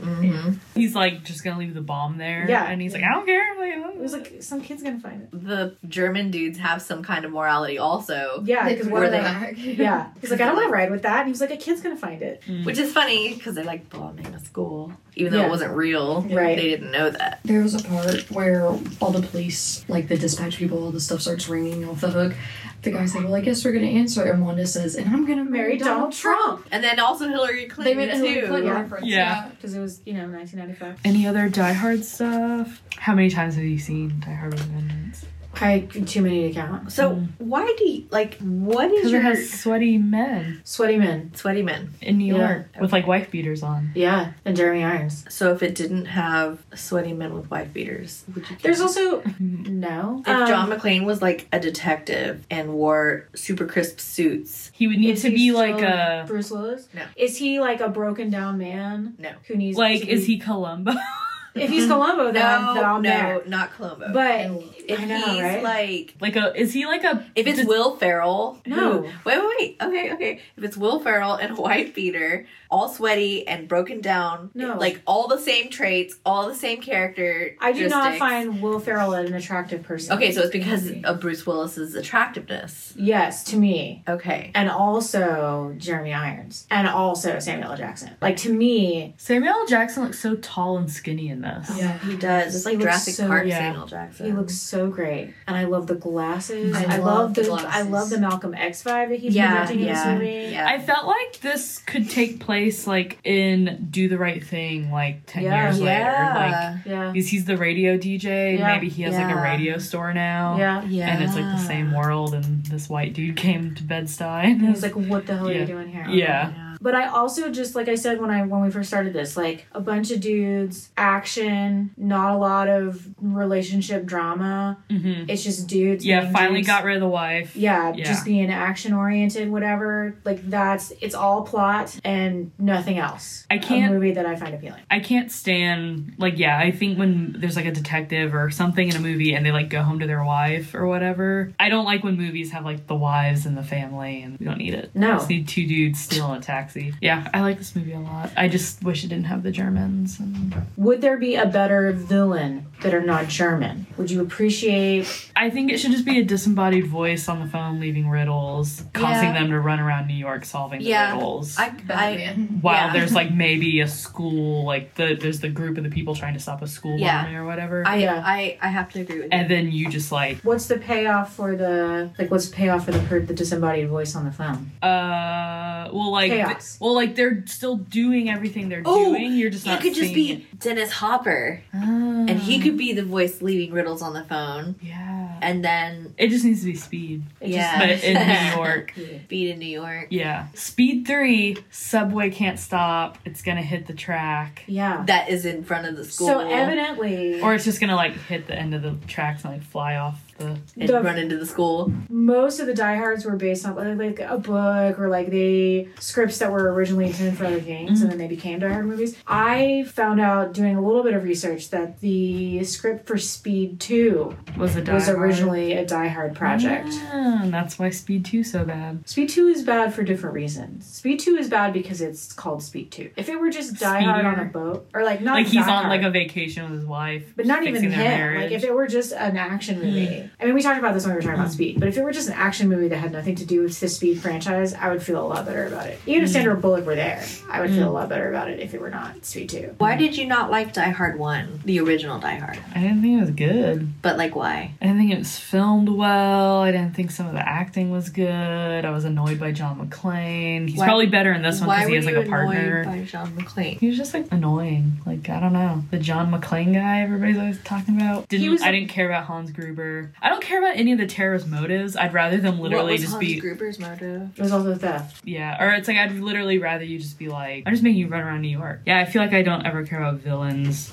[SPEAKER 1] He's like just gonna leave the bomb there.
[SPEAKER 3] Yeah.
[SPEAKER 1] and he's like I don't care. Like, oh. I don't-
[SPEAKER 3] It was like some kid's gonna find it.
[SPEAKER 2] the German dudes have some kind of morality also,
[SPEAKER 3] Yeah,
[SPEAKER 4] They
[SPEAKER 3] because
[SPEAKER 4] wore
[SPEAKER 3] what are
[SPEAKER 4] the
[SPEAKER 3] they?
[SPEAKER 4] back.
[SPEAKER 3] Yeah, he's like, "I don't want to ride with that," and he was like, "A kid's gonna find it."
[SPEAKER 2] which is funny because they like bombing a school, even though
[SPEAKER 3] Yeah.
[SPEAKER 2] it wasn't real.
[SPEAKER 3] Right.
[SPEAKER 2] They didn't know that.
[SPEAKER 4] There was a part where all the police, like the dispatch people, all the stuff starts ringing off the hook. The guy's like, "Well, I guess we're gonna answer," and Wanda says, "And I'm gonna marry
[SPEAKER 3] Marry
[SPEAKER 4] Donald,
[SPEAKER 3] Donald
[SPEAKER 4] Trump."
[SPEAKER 2] And then also Hillary
[SPEAKER 4] They
[SPEAKER 2] Clinton
[SPEAKER 4] made a Hillary
[SPEAKER 2] too.
[SPEAKER 4] Clinton
[SPEAKER 3] Yeah.
[SPEAKER 4] reference.
[SPEAKER 1] Yeah.
[SPEAKER 3] because it was you know 1995
[SPEAKER 1] Any other Die Hard stuff? How many times have you seen Die Hard with a Vengeance?
[SPEAKER 3] i too many to count
[SPEAKER 2] So
[SPEAKER 3] Hmm.
[SPEAKER 2] why do you like what is
[SPEAKER 1] Because it
[SPEAKER 2] your
[SPEAKER 1] has sweaty men
[SPEAKER 3] sweaty men
[SPEAKER 2] sweaty men?
[SPEAKER 1] in New
[SPEAKER 3] Yeah.
[SPEAKER 1] York with like wife beaters on.
[SPEAKER 3] yeah and jeremy irons
[SPEAKER 2] So if it didn't have sweaty men with wife beaters, would you?
[SPEAKER 3] there's also no Um,
[SPEAKER 2] if John McClane was like a detective and wore super crisp suits,
[SPEAKER 1] He would need
[SPEAKER 3] is
[SPEAKER 1] to
[SPEAKER 3] he
[SPEAKER 1] be
[SPEAKER 3] still
[SPEAKER 1] like a
[SPEAKER 3] bruce willis
[SPEAKER 2] No.
[SPEAKER 3] is he like a broken down man
[SPEAKER 2] No.
[SPEAKER 3] who needs
[SPEAKER 1] like
[SPEAKER 3] to be-
[SPEAKER 1] is he Columbo?
[SPEAKER 3] if he's columbo then
[SPEAKER 2] no,
[SPEAKER 3] i'm, then I'm
[SPEAKER 2] no,
[SPEAKER 3] there
[SPEAKER 2] not Columbo.
[SPEAKER 3] but
[SPEAKER 2] if
[SPEAKER 3] I know,
[SPEAKER 2] he's
[SPEAKER 3] right?
[SPEAKER 2] like,
[SPEAKER 1] like a is he like a
[SPEAKER 2] if it's
[SPEAKER 1] just-
[SPEAKER 2] Will Ferrell, who-
[SPEAKER 3] No.
[SPEAKER 2] wait, wait, wait, okay, okay. If it's Will Ferrell and a wife beater, all sweaty and broken down,
[SPEAKER 3] No.
[SPEAKER 2] like all the same traits, all the same character.
[SPEAKER 3] i do not
[SPEAKER 2] characteristics.
[SPEAKER 3] find will ferrell an attractive person
[SPEAKER 2] Okay, so it's because of Bruce Willis's attractiveness.
[SPEAKER 3] yes to me
[SPEAKER 2] Okay,
[SPEAKER 3] and also jeremy irons and also samuel L. jackson like to me
[SPEAKER 1] Samuel L. Jackson looks so tall and skinny in this.
[SPEAKER 4] Yeah.
[SPEAKER 2] he does. It's
[SPEAKER 3] He
[SPEAKER 2] like
[SPEAKER 3] looks
[SPEAKER 2] Jurassic
[SPEAKER 3] so-
[SPEAKER 2] Park,
[SPEAKER 1] yeah.
[SPEAKER 2] Samuel Jackson.
[SPEAKER 3] He looks so great, and I love the glasses.
[SPEAKER 4] I
[SPEAKER 3] I,
[SPEAKER 4] love
[SPEAKER 3] love,
[SPEAKER 4] the
[SPEAKER 3] the,
[SPEAKER 4] glasses.
[SPEAKER 3] I love the Malcolm X vibe that he's
[SPEAKER 2] yeah, yeah,
[SPEAKER 3] presenting in this movie.
[SPEAKER 2] yeah.
[SPEAKER 1] I felt like this could take place like in Do the Right Thing like ten
[SPEAKER 3] Yeah.
[SPEAKER 1] years later. Like
[SPEAKER 2] yeah.
[SPEAKER 3] Yeah,
[SPEAKER 1] because he's the radio DJ.
[SPEAKER 3] Yeah.
[SPEAKER 1] Maybe he has like a
[SPEAKER 2] Yeah.
[SPEAKER 1] radio store now.
[SPEAKER 3] yeah.
[SPEAKER 2] Yeah.
[SPEAKER 1] And it's like the same world, and this white dude came to Bed Stuy.
[SPEAKER 3] And he's like, "What the hell are
[SPEAKER 1] Yeah.
[SPEAKER 3] you doing here?"
[SPEAKER 1] yeah.
[SPEAKER 3] But I also just like I said when I when we first started this, like a bunch of dudes, action, not a lot of relationship drama.
[SPEAKER 1] Mm-hmm.
[SPEAKER 3] It's just dudes.
[SPEAKER 1] Yeah,
[SPEAKER 3] being
[SPEAKER 1] finally
[SPEAKER 3] dudes.
[SPEAKER 1] got rid of the wife.
[SPEAKER 3] Yeah,
[SPEAKER 1] Yeah.
[SPEAKER 3] just being action oriented, whatever. Like that's it's all plot and nothing else.
[SPEAKER 1] I can't-
[SPEAKER 3] a movie that I find appealing.
[SPEAKER 1] I can't stand like yeah, I think when there's like a detective or something in a movie and they like go home to their wife or whatever. I don't like when movies have like the wives and the family and we don't need it.
[SPEAKER 3] No.
[SPEAKER 1] We just need two dudes stealing a taxi. Yeah, I like this movie a lot. I just wish it didn't have the Germans and
[SPEAKER 3] Would there be a better villain that are not German? Would you appreciate?
[SPEAKER 1] I think it should just be a disembodied voice on the phone leaving riddles, causing
[SPEAKER 2] Yeah.
[SPEAKER 1] them to run around New York solving the
[SPEAKER 2] Yeah.
[SPEAKER 1] riddles.
[SPEAKER 2] I, I,
[SPEAKER 4] Batman.
[SPEAKER 1] while
[SPEAKER 2] yeah.
[SPEAKER 1] there's like maybe a school, like the there's the group of the people trying to stop a school
[SPEAKER 2] Yeah.
[SPEAKER 1] bombing or whatever.
[SPEAKER 2] I,
[SPEAKER 3] Yeah.
[SPEAKER 2] I, I have to agree with you.
[SPEAKER 1] and then you just like
[SPEAKER 3] What's the payoff for the like? What's the payoff for the per- the disembodied voice on the phone?
[SPEAKER 1] uh well like th-
[SPEAKER 3] Chaos.
[SPEAKER 1] well like they're still doing everything they're
[SPEAKER 2] Oh,
[SPEAKER 1] doing you're just
[SPEAKER 2] You
[SPEAKER 1] not
[SPEAKER 2] could just
[SPEAKER 1] seeing it. Ah,
[SPEAKER 2] be Dennis Hopper, and
[SPEAKER 3] Mm-hmm.
[SPEAKER 2] he could be the voice leaving riddles on the phone,
[SPEAKER 1] yeah
[SPEAKER 2] and then
[SPEAKER 1] it just needs to be speed
[SPEAKER 3] It
[SPEAKER 2] yeah,
[SPEAKER 1] but in new york
[SPEAKER 2] be in New York.
[SPEAKER 1] yeah speed three subway can't stop it's gonna hit the track
[SPEAKER 3] Yeah.
[SPEAKER 2] That is in front of the school.
[SPEAKER 3] So evidently,
[SPEAKER 1] or it's just gonna like hit the end of the tracks and like fly off
[SPEAKER 2] and
[SPEAKER 3] The-
[SPEAKER 2] run into the school.
[SPEAKER 3] most of the diehards were based on like, like a book or like the scripts that were originally intended for other games and then they became diehard movies i found out doing a little bit of research that the script for speed 2
[SPEAKER 1] Was a
[SPEAKER 3] was
[SPEAKER 1] Die Hard.
[SPEAKER 3] originally a diehard project
[SPEAKER 1] Ah, and that's why Speed 2 so bad.
[SPEAKER 3] Speed 2 is bad for different reasons. Speed 2 is bad because it's called Speed 2. If it were just Die Hard on a
[SPEAKER 1] Speedier.
[SPEAKER 3] boat, or like not
[SPEAKER 1] Like he's
[SPEAKER 3] Die
[SPEAKER 1] on
[SPEAKER 3] Hard,
[SPEAKER 1] like a vacation with his wife.
[SPEAKER 3] but not even
[SPEAKER 1] fixing
[SPEAKER 3] him.
[SPEAKER 1] their
[SPEAKER 3] Like
[SPEAKER 1] marriage.
[SPEAKER 3] if it were just an action movie. I mean, we talked about this when we were talking about Speed, but if it were just an action movie that had nothing to do with the Speed franchise, I would feel a lot better about it. Even if Sandra Bullock were there, I would feel a lot better about it if it were not Speed 2.
[SPEAKER 2] Why did you not like Die Hard 1, the original Die Hard?
[SPEAKER 1] I didn't think it was good.
[SPEAKER 2] But like, why?
[SPEAKER 1] I didn't think it was filmed well. I didn't think some of the acting was good. I was annoyed by John McClane. He's
[SPEAKER 2] Why-
[SPEAKER 1] probably better in this one
[SPEAKER 2] why
[SPEAKER 1] because he has like a partner.
[SPEAKER 2] annoyed by John McClane?
[SPEAKER 1] He was just like annoying. Like I don't know, the John McClane guy everybody's always talking about. Didn't
[SPEAKER 3] was-
[SPEAKER 1] I didn't care about Hans Gruber. I don't care about any of the terrorist motives. I'd rather them
[SPEAKER 2] what
[SPEAKER 1] literally
[SPEAKER 2] was
[SPEAKER 1] just
[SPEAKER 2] Hans
[SPEAKER 1] be
[SPEAKER 2] Gruber's motive?
[SPEAKER 3] It was also theft.
[SPEAKER 1] yeah, or it's like I'd literally rather you just be like I'm just making you run around New York. Yeah, I feel like I don't ever care about villains'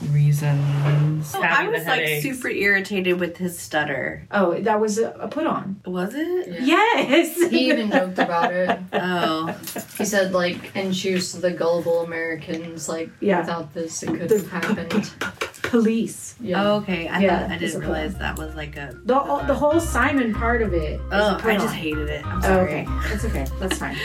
[SPEAKER 1] reasons.
[SPEAKER 2] Oh, I
[SPEAKER 1] having the
[SPEAKER 2] was like
[SPEAKER 1] headaches.
[SPEAKER 2] super irritated with his stutter.
[SPEAKER 3] Oh, that was a, a put on.
[SPEAKER 2] Was it?
[SPEAKER 3] Yes!
[SPEAKER 4] He even joked about it.
[SPEAKER 2] Oh,
[SPEAKER 4] He said, like, and cheers to the gullible Americans. Like,
[SPEAKER 3] Yeah.
[SPEAKER 4] without this, it couldn't have happened.
[SPEAKER 3] Police.
[SPEAKER 4] Yeah.
[SPEAKER 2] oh, okay. I
[SPEAKER 3] Yeah,
[SPEAKER 2] thought I
[SPEAKER 3] it's a
[SPEAKER 2] didn't
[SPEAKER 3] put on.
[SPEAKER 2] realize that was like a.
[SPEAKER 3] The, the whole Simon part of it. is a
[SPEAKER 2] Oh, I
[SPEAKER 3] put-on.
[SPEAKER 2] just hated it. I'm
[SPEAKER 3] Oh,
[SPEAKER 2] sorry.
[SPEAKER 3] okay. That's okay. That's fine.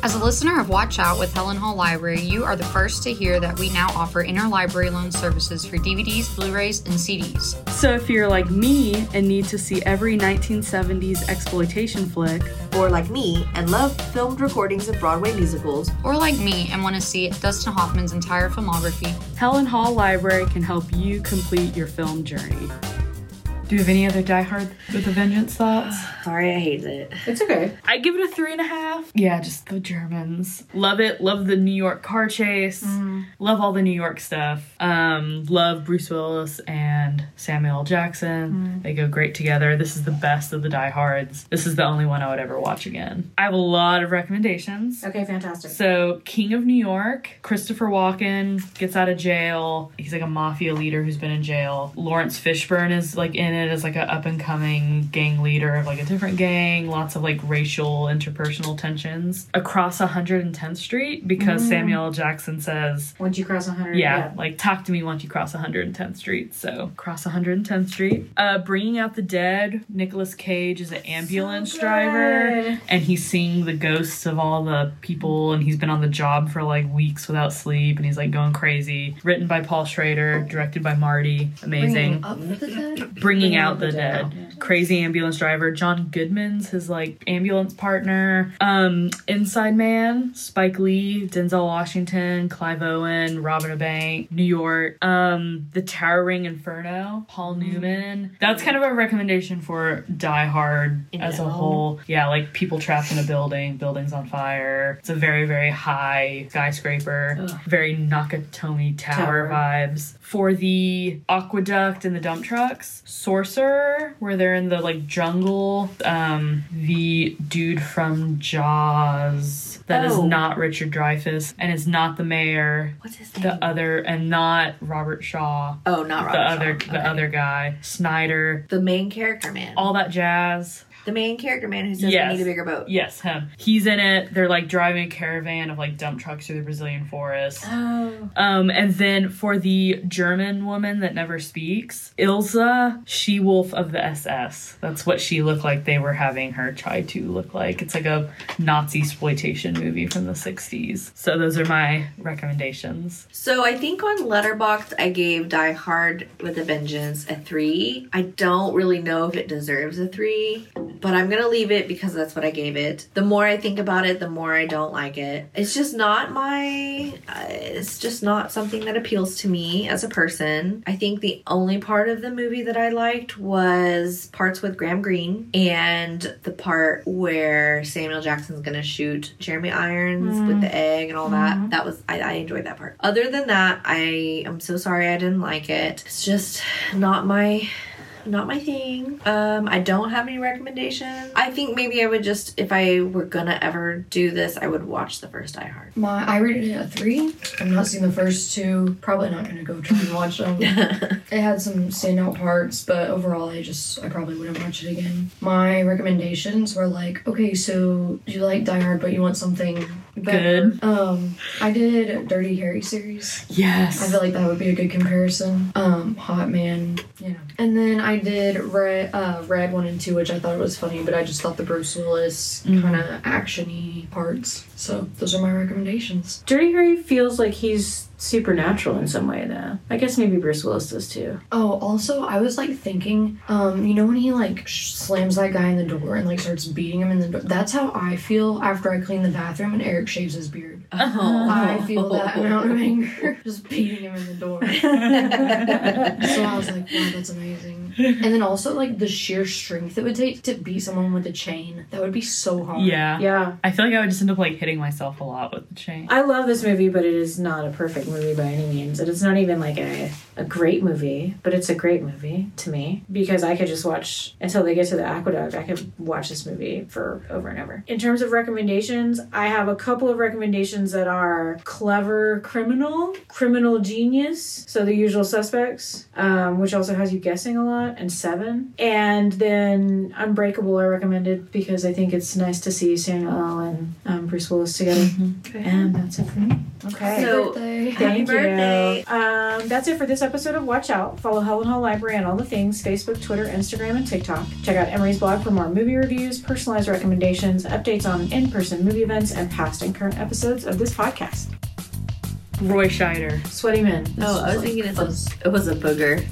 [SPEAKER 5] As a listener of Watch Out with Helen Hall Library, you are the first to hear that we now offer interlibrary loan services for DVDs, Blu rays, and CDs.
[SPEAKER 1] So if you're like me and need to see every 1970s exploitation flick,
[SPEAKER 2] Or like me and love filmed recordings of Broadway musicals.
[SPEAKER 5] Or like me and want to see Dustin Hoffman's entire filmography,
[SPEAKER 1] Helen Hall Library can help you complete your film journey. Do you have any other Die Hard with a Vengeance thoughts?
[SPEAKER 2] Sorry, I hated it.
[SPEAKER 3] It's okay.
[SPEAKER 1] I give it a three and a half. Yeah, just the Germans. Mm-hmm. Love it. Love the New York car chase. Love all the New York stuff. Um, love Bruce Willis and Samuel L. Jackson. They go great together. This is the best of the Die Hards. This is the only one I would ever watch again. I have a lot of recommendations.
[SPEAKER 3] Okay, fantastic.
[SPEAKER 1] So, King of New York, Christopher Walken gets out of jail. He's like a mafia leader who's been in jail. Lawrence Fishburne is like in it as like an up and coming gang leader of like a different gang. Lots of like racial interpersonal tensions across 110th Street because Samuel L. Jackson says,
[SPEAKER 3] Once you cross 100,
[SPEAKER 1] yeah, like talk to me once you cross 110th Street. So cross 110th Street. Uh, Bringing Out the Dead. Nicolas Cage is an ambulance
[SPEAKER 3] Oh,
[SPEAKER 1] driver,
[SPEAKER 3] good.
[SPEAKER 1] and he's seeing the ghosts of all the people, and he's been on the job for like weeks without sleep, and he's like going crazy. Written by Paul Schrader, directed by Marty. Amazing.
[SPEAKER 4] Bringing up the dead?
[SPEAKER 1] Bringing, out the dead. Crazy ambulance driver. John Goodman's his like ambulance partner. Um, Inside Man, Spike Lee, Denzel Washington, Clive Owen, Robin Bank, New York. Um, The Towering Inferno, Paul Newman. That's kind of a recommendation for Die Hard as a
[SPEAKER 2] general.
[SPEAKER 1] whole. Yeah, like people trapped in a building, buildings on fire. It's a very, very high skyscraper. Very Nakatomi Tower
[SPEAKER 3] Tower.
[SPEAKER 1] vibes for the aqueduct and the dump trucks. Sorcerer, where they're in the like jungle. Um, the dude from Jaws that is
[SPEAKER 2] Oh.
[SPEAKER 1] not Richard Dreyfuss and is not the mayor.
[SPEAKER 2] What's his name?
[SPEAKER 1] The other and not Robert Shaw.
[SPEAKER 2] oh, not Robert.
[SPEAKER 1] the other,
[SPEAKER 2] Shaw.
[SPEAKER 1] the
[SPEAKER 2] Okay.
[SPEAKER 1] other guy, Snyder.
[SPEAKER 2] The main character man.
[SPEAKER 1] All that jazz.
[SPEAKER 2] the main character man who says
[SPEAKER 1] Yes.
[SPEAKER 2] we need a bigger boat.
[SPEAKER 1] Yes, him. He's in it. They're like driving a caravan of like dump trucks through the Brazilian forest.
[SPEAKER 3] Oh.
[SPEAKER 1] Um, and then for the German woman that never speaks, Ilsa, she wolf of the SS. That's what she looked like they were having her try to look like. It's like a Nazi exploitation movie from the 60s. So those are my recommendations.
[SPEAKER 2] So I think on Letterboxd I gave Die Hard with a Vengeance a three. I don't really know if it deserves a three, but I'm gonna leave it because that's what I gave it. The more I think about it, the more I don't like it. It's just not my. Uh, it's just not something that appeals to me as a person. I think the only part of the movie that I liked was parts with Graham Greene and the part where Samuel Jackson's gonna shoot Jeremy Irons with the egg and all that. That was I, I enjoyed that part. Other than that, I am so sorry I didn't like it. It's just not my not my thing. Um, I don't have any recommendations. I think maybe I would just, if I were gonna ever do this, I would watch the first iHeart.
[SPEAKER 4] My I rated it a three. I'm not seeing the first two. Probably not gonna go try and watch them. it had some standout parts, but overall, I just I probably wouldn't watch it again. My recommendations were like, okay, so you like Die Hard, but you want something better. Good. Um, I did Dirty Harry series. I
[SPEAKER 1] Yes.
[SPEAKER 4] feel like that would be a good comparison. Um, Hot Man, you know. And then I did Red, uh, Red One and Two, which I thought was funny, but I just thought the Bruce Willis kind of actiony parts. So those are my recommendations.
[SPEAKER 3] Dirty Harry feels like he's supernatural in some way, though. I guess maybe Bruce Willis does too.
[SPEAKER 4] Oh, also I was like thinking, um, you know when he like sh- slams that guy in the door and like starts beating him in the door. That's how I feel after I clean the bathroom and Eric shaves his beard.
[SPEAKER 1] Oh.
[SPEAKER 4] I feel that amount of anger just beating him in the door. So I was like, wow, that's amazing. And then also like the sheer strength it would take to beat someone with a chain. That would be so hard.
[SPEAKER 1] Yeah.
[SPEAKER 3] Yeah.
[SPEAKER 1] I feel like I would just end up like hitting myself a lot with the chain.
[SPEAKER 3] I love this movie, but it is not a perfect movie by any means. And it's not even like a, a great movie, but it's a great movie to me because I could just watch until they get to the aqueduct. I could watch this movie for over and over. In terms of recommendations, I have a couple of recommendations that are Clever Criminal, Criminal Genius, so the usual suspects, um, which also has you guessing a lot, and Seven. And then Unbreakable, I recommended because I think it's nice to see Samuel L. and um, Bruce Willis together. And that's it for me. Okay.
[SPEAKER 2] So-
[SPEAKER 4] Birthday.
[SPEAKER 2] Happy
[SPEAKER 3] Thank you.
[SPEAKER 2] birthday.
[SPEAKER 3] Um, that's it for this episode of Watch Out. Follow Helen Hall Library on all the things Facebook, Twitter, Instagram, and TikTok. Check out Emery's blog for more movie reviews, personalized recommendations, updates on in person movie events, and past and current episodes of this podcast.
[SPEAKER 1] Roy Scheider.
[SPEAKER 3] Sweaty Men.
[SPEAKER 2] Oh, I was thinking it's a, it was a booger.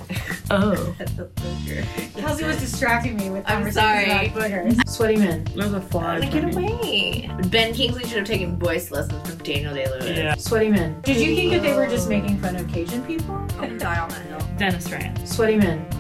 [SPEAKER 1] Oh.
[SPEAKER 2] That's a booger.
[SPEAKER 3] Kelsey was distracting me with
[SPEAKER 2] I'm sorry.
[SPEAKER 3] boogers. Sweaty Men.
[SPEAKER 1] There's a fly.
[SPEAKER 2] Like,
[SPEAKER 1] for
[SPEAKER 2] get
[SPEAKER 1] me.
[SPEAKER 2] away. Ben Kingsley should have taken voice lessons from Daniel Day Lewis.
[SPEAKER 1] Yeah.
[SPEAKER 3] Sweaty Men. Did you think that they were just making fun of Cajun people?
[SPEAKER 2] Die on that hill.
[SPEAKER 1] Dennis Rand.
[SPEAKER 3] Sweaty Men.